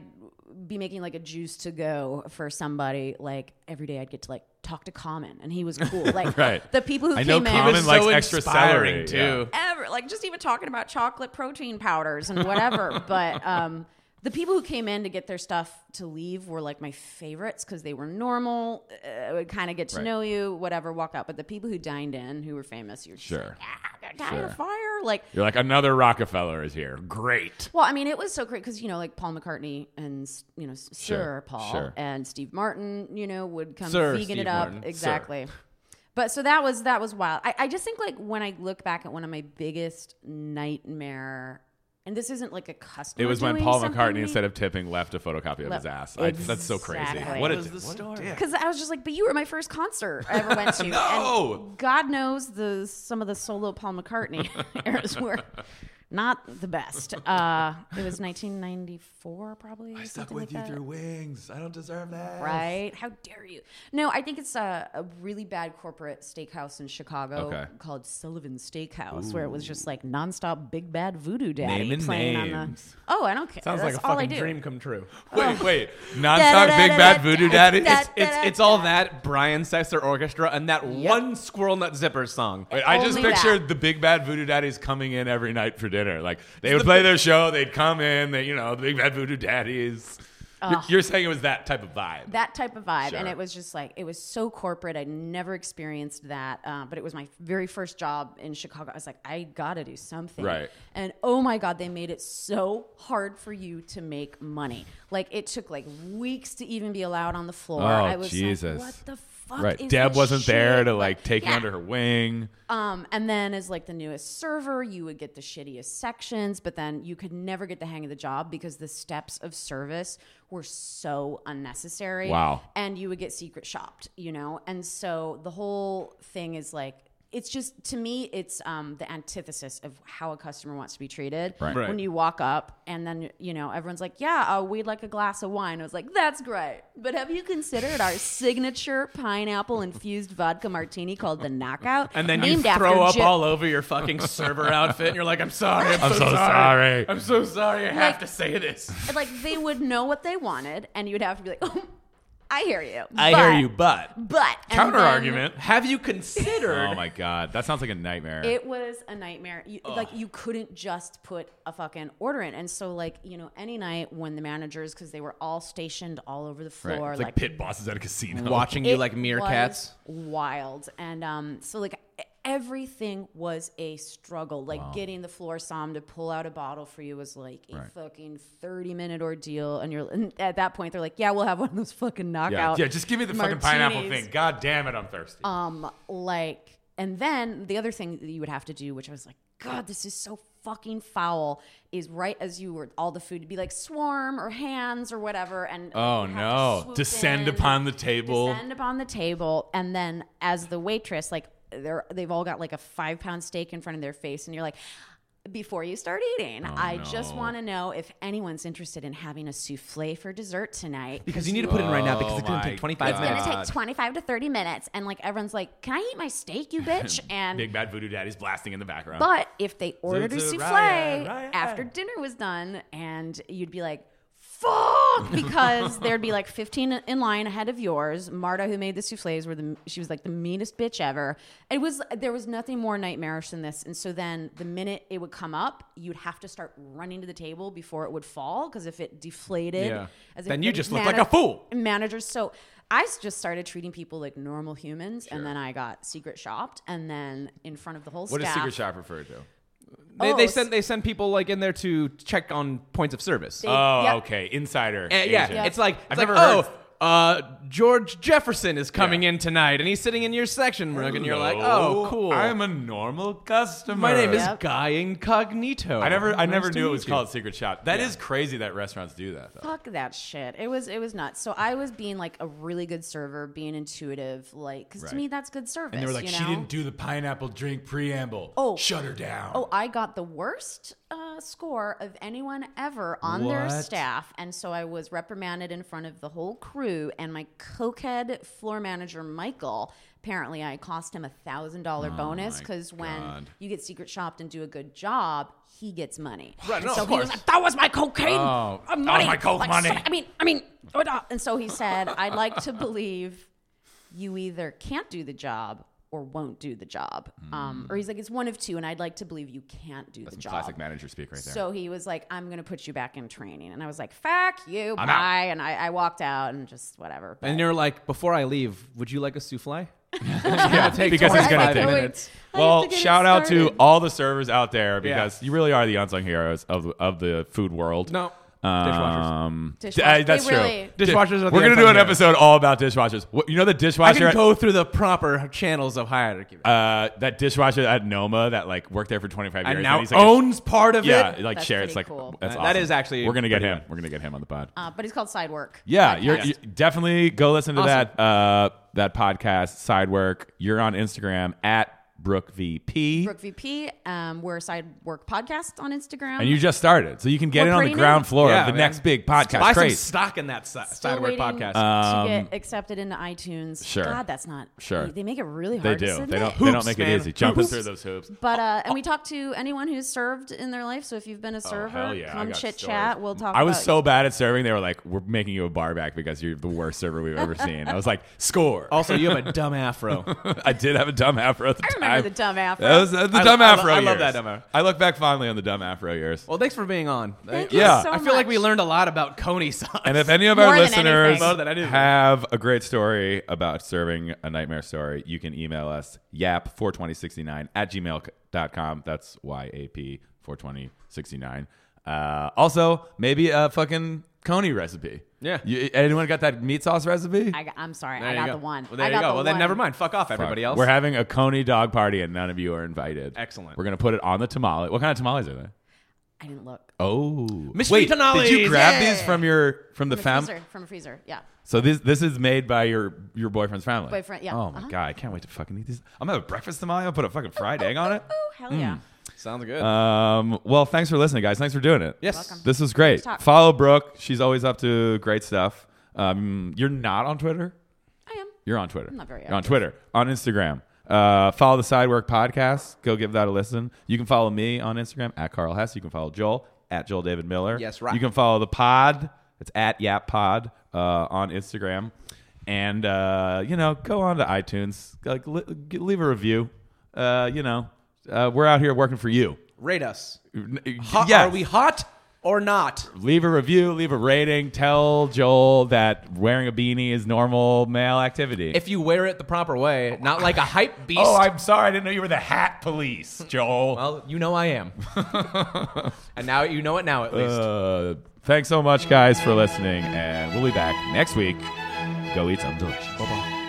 Speaker 3: be making like a juice to go for somebody, like every day I'd get to like talk to Common, and he was cool. Like
Speaker 1: Right.
Speaker 3: the people who
Speaker 1: I
Speaker 3: came
Speaker 1: know
Speaker 3: in,
Speaker 1: Common
Speaker 2: was
Speaker 1: likes
Speaker 2: so
Speaker 1: extra
Speaker 2: inspiring,
Speaker 1: celery yeah.
Speaker 2: too.
Speaker 3: ever like just even talking about chocolate protein powders and whatever but um the people who came in to get their stuff to leave were like my favorites because they were normal uh, would kind of get to
Speaker 1: Right.
Speaker 3: know you whatever walk out but the people who dined in who were famous you're just
Speaker 1: Sure.
Speaker 3: like, ah, they're dying
Speaker 1: Sure.
Speaker 3: of fire like
Speaker 1: You're like another Rockefeller is here. Great.
Speaker 3: well, I mean, it was so great because you know, like Paul McCartney and you know, Sir
Speaker 1: Sure,
Speaker 3: Paul
Speaker 1: sure.
Speaker 3: and Steve Martin, you know, would come
Speaker 2: Sir
Speaker 3: vegan
Speaker 2: Steve
Speaker 3: it up
Speaker 2: Martin, sir.
Speaker 3: exactly. But so that was that was wild. I, I just think like when I look back at one of my biggest nightmare And this isn't like a customer.
Speaker 1: It was when
Speaker 3: doing
Speaker 1: Paul
Speaker 3: something
Speaker 1: McCartney,
Speaker 3: we-
Speaker 1: instead of tipping, left a photocopy of
Speaker 3: Le-
Speaker 1: his ass. I, that's so crazy.
Speaker 3: Exactly.
Speaker 1: What a,
Speaker 2: was the
Speaker 1: what a
Speaker 2: story?
Speaker 1: dick.
Speaker 3: Because I was just like, but you were my first concert I ever went to.
Speaker 1: No!
Speaker 3: And God knows the some of the solo Paul McCartney eras were not the best. Uh, it was 1994, probably. or
Speaker 1: I stuck
Speaker 3: something
Speaker 1: with you
Speaker 3: like that.
Speaker 1: through wings. I don't deserve that.
Speaker 3: Right? How dare you? No, I think it's a, a really bad corporate steakhouse in Chicago
Speaker 1: Okay.
Speaker 3: called Sullivan Steakhouse, where it was just like nonstop big bad voodoo daddy
Speaker 1: Naming
Speaker 3: playing on
Speaker 1: names.
Speaker 3: the. Oh, I don't care.
Speaker 2: Sounds
Speaker 3: That's
Speaker 2: like a
Speaker 3: all I
Speaker 2: fucking
Speaker 3: do.
Speaker 2: dream come true.
Speaker 1: Wait, wait. Nonstop Big Bad Voodoo Daddy?
Speaker 3: It's-
Speaker 2: It's it's all that Brian Sexter Orchestra and that one Squirrel Nut Zipper song.
Speaker 1: Wait, I just
Speaker 3: Only that.
Speaker 1: pictured the Big Bad Voodoo Daddies coming in every night for dinner. Like, they would play their show, they'd come in, they, you know, the Big Bad Voodoo Daddies. You're, you're saying it was that type of vibe.
Speaker 3: that type of vibe and
Speaker 1: Sure.
Speaker 3: it was just like it was so corporate i never experienced that uh, but it was my very first job in chicago i was like i gotta do something
Speaker 1: Right.
Speaker 3: and oh my god they made it so hard for you to make money like it took like weeks to even be allowed on the floor
Speaker 1: Oh,
Speaker 3: i was like,
Speaker 1: Jesus.
Speaker 3: what the fuck
Speaker 1: right.
Speaker 3: is
Speaker 1: Deb
Speaker 3: this
Speaker 1: wasn't there
Speaker 3: shit?
Speaker 1: to, like, take you
Speaker 3: Yeah.
Speaker 1: under her wing.
Speaker 3: Um, and then as like the newest server, you would get the shittiest sections, but then you could never get the hang of the job because the steps of service were so unnecessary.
Speaker 1: Wow.
Speaker 3: And you would get secret shopped, you know? And so the whole thing is like it's just to me, it's um, the antithesis of how a customer wants to be treated.
Speaker 1: Right.
Speaker 2: Right.
Speaker 3: When you walk up and then you know everyone's like, "Yeah, uh, we'd like a glass of wine." I was like, "That's great, but have you considered our signature pineapple infused vodka martini called the Knockout?"
Speaker 2: And then you
Speaker 3: Named after
Speaker 2: throw up
Speaker 3: Jim-
Speaker 2: all over your fucking server outfit, and you're like, "I'm sorry, I'm, so, sorry. I'm so sorry, I have to say this."
Speaker 3: like they would know what they wanted, and you'd have to be like, "Oh, I hear you. but-
Speaker 2: but
Speaker 3: But and
Speaker 1: Counter
Speaker 3: then
Speaker 1: argument.
Speaker 2: have you considered?
Speaker 1: Oh, my God. That sounds like a nightmare.
Speaker 3: It was a nightmare. You, like you couldn't just put a fucking order in, and so like you know any night when the managers, because they were all stationed all over the
Speaker 1: Right.
Speaker 3: floor,
Speaker 1: it's like, pit bosses at a casino.
Speaker 2: Watching you
Speaker 3: It
Speaker 2: like meerkats.
Speaker 3: was wild and um so like everything was a struggle like getting the floor som to pull out a bottle for you was like a
Speaker 1: Right.
Speaker 3: fucking 30 minute ordeal and you're and at that point they're like yeah we'll have one of those fucking knockout
Speaker 1: Yeah, just give me the fucking pineapple
Speaker 3: martinis.
Speaker 1: thing. God damn it, I'm thirsty.
Speaker 3: um like and then the other thing that you would have to do which i was like god this is so fucking foul is right as you were all the food to be like swarm or hands or whatever and like,
Speaker 1: Oh,
Speaker 3: you have to
Speaker 1: no.
Speaker 3: swoop
Speaker 1: Descend
Speaker 3: in,
Speaker 1: upon the table.
Speaker 3: descend upon the table and then as the waitress like they're they've all got like a five pound steak in front of their face and you're like before you start eating, I just
Speaker 1: Oh, no.
Speaker 3: want to know if anyone's interested in having a souffle for dessert tonight.
Speaker 2: Because you need to put it in right now because it's
Speaker 1: Oh my
Speaker 2: gonna take 25
Speaker 1: God.
Speaker 3: It's
Speaker 2: minutes.
Speaker 3: gonna take 25 to 30 minutes and like everyone's like can i eat my steak you bitch
Speaker 1: Big
Speaker 3: and
Speaker 1: Bad Voodoo Daddy's blasting in the background.
Speaker 3: but if they ordered a
Speaker 1: Zuzu,
Speaker 3: souffle
Speaker 1: Ryan, Ryan.
Speaker 3: after dinner was done and you'd be like fuck because there'd be like 15 in line ahead of yours marta who made the souffles were the she was like the meanest bitch ever it was there was nothing more nightmarish than this and so then the minute it would come up you'd have to start running to the table before it would fall because if it deflated
Speaker 2: Yeah.
Speaker 3: as if
Speaker 2: Then you
Speaker 3: the
Speaker 2: just look like a
Speaker 3: manag-
Speaker 2: fool.
Speaker 3: managers. So I s- just started treating people like normal humans, and then I got secret shopped, and then in front of the whole
Speaker 1: what does
Speaker 3: staff.
Speaker 1: Secret Shop refer to?
Speaker 2: They, they
Speaker 3: Oh,
Speaker 2: send they send people like in there to check on points of service.
Speaker 3: They-
Speaker 1: Oh,
Speaker 3: yeah.
Speaker 1: okay. Insider.
Speaker 2: And Eh, yeah,
Speaker 1: agent.
Speaker 2: it's like
Speaker 1: I've
Speaker 2: it's like
Speaker 1: never heard-
Speaker 2: oh. Uh, George Jefferson is coming
Speaker 1: Yeah.
Speaker 2: in tonight, and he's sitting in your section, Marug, and you're like,
Speaker 1: Hello,
Speaker 2: "Oh, cool."
Speaker 1: I'm a normal customer.
Speaker 2: My name is
Speaker 3: Yep.
Speaker 2: Guy Incognito.
Speaker 1: I never, I
Speaker 2: Nice
Speaker 1: never
Speaker 2: to
Speaker 1: knew it
Speaker 2: meet
Speaker 1: was
Speaker 2: you.
Speaker 1: called Secret Shop. That is crazy that restaurants do that. Though.
Speaker 3: Fuck that shit. It was it was nuts. So I was being like a really good server, being intuitive, like because
Speaker 1: Right.
Speaker 3: to me that's good service.
Speaker 1: And they were like,
Speaker 3: you
Speaker 1: she
Speaker 3: know?
Speaker 1: didn't do the pineapple drink preamble.
Speaker 3: Oh.
Speaker 1: shut her down.
Speaker 3: Oh, I got the worst uh, score of anyone ever on their
Speaker 1: What?
Speaker 3: staff. And so I was reprimanded in front of the whole crew. And my cokehead floor manager, Michael, apparently I cost him a $1,000 bonus
Speaker 1: Oh my
Speaker 3: because when
Speaker 1: God.
Speaker 3: you get secret shopped and do a good job, he gets money.
Speaker 2: Right,
Speaker 3: And
Speaker 2: no,
Speaker 3: so
Speaker 2: of
Speaker 3: he was
Speaker 2: course.
Speaker 3: like, that was my cocaine
Speaker 1: Oh,
Speaker 3: uh,
Speaker 1: that was
Speaker 3: money.
Speaker 1: my coke money.
Speaker 3: so- I mean, I mean, what, uh," and so he said, I'd like to believe you either can't do the job or won't do the job. Um, or he's like, it's one of two, and I'd like to believe you can't do the job.
Speaker 1: Classic manager speak right there.
Speaker 3: So he was like, I'm going to put you back in training. And I was like, fuck you,
Speaker 1: I'm
Speaker 3: bye.
Speaker 1: out.
Speaker 3: And I, I walked out and just whatever. But
Speaker 2: And you're like, "Before I leave, would you like a souffle?" take
Speaker 1: because it's gonna
Speaker 2: 25
Speaker 1: take
Speaker 2: minutes.
Speaker 3: I have to
Speaker 1: Well,
Speaker 3: get it
Speaker 1: shout out to
Speaker 3: started.
Speaker 1: all the servers out there
Speaker 2: Yeah.
Speaker 1: because you really are the unsung heroes of of the food world.
Speaker 2: No. Dishwashers.
Speaker 1: Um,
Speaker 3: Dishwashers.
Speaker 1: d- uh, that's
Speaker 3: They
Speaker 1: true.
Speaker 3: really-
Speaker 2: Dishwashers are the
Speaker 1: We're gonna do an
Speaker 2: anti-hero.
Speaker 1: episode all about dishwashers. What, you know the
Speaker 2: I
Speaker 1: dishwasher.
Speaker 2: can
Speaker 1: at-
Speaker 2: go through the proper channels of hierarchy.
Speaker 1: uh, that dishwasher at Noma that like worked there for 25 years.
Speaker 2: and now
Speaker 1: he's like a-
Speaker 2: owns part of
Speaker 1: yeah,
Speaker 2: it.
Speaker 1: like
Speaker 3: That's
Speaker 1: share.
Speaker 3: pretty
Speaker 1: It's like
Speaker 3: cool.
Speaker 1: that's
Speaker 2: That-
Speaker 1: awesome.
Speaker 2: that is actually
Speaker 1: we're gonna get
Speaker 2: pretty
Speaker 1: him.
Speaker 2: good.
Speaker 1: We're gonna get him on the pod.
Speaker 3: Uh, but it's called Side Work.
Speaker 1: Yeah,
Speaker 3: Podcast.
Speaker 1: you're, you definitely go listen to that uh, that podcast side work. You're on Instagram at BrookVP,
Speaker 3: Brooke VP. Um, we're a Side Work podcast on Instagram.
Speaker 1: and you just started, so you can get
Speaker 3: We're
Speaker 1: in on the
Speaker 3: pretty new.
Speaker 1: ground floor
Speaker 2: Yeah,
Speaker 1: of the
Speaker 2: man.
Speaker 1: next big podcast.
Speaker 2: Buy some
Speaker 1: craze.
Speaker 2: stock in that si-
Speaker 3: Still
Speaker 2: sidewalk
Speaker 3: waiting
Speaker 2: podcast.
Speaker 1: Uh,
Speaker 3: to get accepted into iTunes.
Speaker 1: Um, sure.
Speaker 3: God, that's not
Speaker 1: Sure.
Speaker 3: They make it really
Speaker 1: they
Speaker 3: hard. to
Speaker 1: do. They
Speaker 3: submit.
Speaker 1: don't. they don't
Speaker 2: Hoops,
Speaker 1: make
Speaker 2: man.
Speaker 1: it easy. Jumping
Speaker 2: Hoops.
Speaker 1: through those hoops.
Speaker 2: Oh,
Speaker 3: But uh, and we talk to anyone who's served in their life. So if you've been a server,
Speaker 1: hell yeah, I
Speaker 3: come
Speaker 1: got
Speaker 3: chit
Speaker 1: stories.
Speaker 3: chat. We'll talk.
Speaker 1: I was
Speaker 3: about
Speaker 1: so bad at serving. They were like, "We're making you a bar back because you're the worst server we've ever seen." I was like, "Score!"
Speaker 2: also, you have a dumb afro.
Speaker 1: I did have a dumb afro at the
Speaker 3: I
Speaker 1: time.
Speaker 3: remember the dumb afro.
Speaker 1: That was uh, the
Speaker 2: I-
Speaker 1: dumb
Speaker 2: I lo-
Speaker 1: afro.
Speaker 2: I love
Speaker 1: years.
Speaker 2: that dumb afro.
Speaker 1: I look back fondly on the dumb afro years.
Speaker 2: Well, thanks for being on.
Speaker 3: Thank
Speaker 2: I-
Speaker 3: you
Speaker 1: Yeah.
Speaker 3: so
Speaker 2: I feel like we
Speaker 3: much.
Speaker 2: learned a lot about Coney sauce.
Speaker 1: And if any of
Speaker 3: More
Speaker 1: our
Speaker 3: than
Speaker 1: listeners
Speaker 3: anything. More
Speaker 2: than I do.
Speaker 1: have a great story about serving a nightmare story, you can email us yap42069 at gmail.com. That's YAP42069. Uh, also, maybe a fucking Coney recipe.
Speaker 2: Yeah.
Speaker 1: You, anyone got that meat sauce recipe?
Speaker 3: I got, I'm sorry.
Speaker 2: There
Speaker 3: I
Speaker 2: you
Speaker 3: got
Speaker 2: go.
Speaker 3: the one.
Speaker 2: Well, there
Speaker 3: I
Speaker 2: you
Speaker 3: got
Speaker 2: go.
Speaker 3: the
Speaker 2: well, then
Speaker 3: one.
Speaker 2: never mind. Fuck off,
Speaker 1: Fuck.
Speaker 2: everybody else.
Speaker 1: We're having a Coney dog party and none of you are invited.
Speaker 2: Excellent.
Speaker 1: We're going to put it on the tamale. What kind of tamales are they?
Speaker 3: I didn't look.
Speaker 1: Oh,
Speaker 2: Mystery
Speaker 1: Wait,
Speaker 2: tamales,
Speaker 1: Did you grab
Speaker 2: yeah.
Speaker 1: these from your from the
Speaker 3: From a
Speaker 1: family?
Speaker 3: freezer. From a freezer. Yeah.
Speaker 1: So this this is made by your your boyfriend's family.
Speaker 3: Boyfriend, yeah.
Speaker 1: Oh my
Speaker 3: Uh-huh.
Speaker 1: god, I can't wait to fucking eat these. I'm gonna have a breakfast tamale. I'll put a fucking fried egg on it. Hmm.
Speaker 3: Oh hell yeah.
Speaker 2: Sounds good.
Speaker 1: Um, well, thanks for listening, guys. Thanks for doing it.
Speaker 2: yes.
Speaker 3: welcome.
Speaker 1: this was great.
Speaker 3: Talk.
Speaker 1: Follow Brooke. She's always up to great stuff. Um, you're not on Twitter.
Speaker 3: I am.
Speaker 1: You're on Twitter.
Speaker 3: I'm not very
Speaker 1: You're on
Speaker 3: active.
Speaker 1: Twitter, on Instagram. Uh, follow the Sidework Podcast. Go give that a listen. You can follow me on Instagram at Carl Hess. You can follow Joel at Joel David Miller.
Speaker 2: Yes, right.
Speaker 1: You can follow the pod. It's at Yap Pod uh, on Instagram. And, uh, you know, go on to iTunes. Like, li- g- leave a review. Uh, you know, uh, we're out here working for you.
Speaker 2: Rate us.
Speaker 1: Yeah.
Speaker 2: Hot, Are we hot or not?
Speaker 1: Leave a review, leave a rating. Tell Joel that wearing a beanie is normal male activity.
Speaker 2: If you wear it the proper way, not like a hype beast.
Speaker 1: Oh, I'm sorry. I didn't know you were the hat police, Joel.
Speaker 2: well, you know I am. and now you know it now at least.
Speaker 1: Uh, thanks so much, guys, for listening, and we'll be back next week. Go eat some delicious.
Speaker 2: Bye-bye.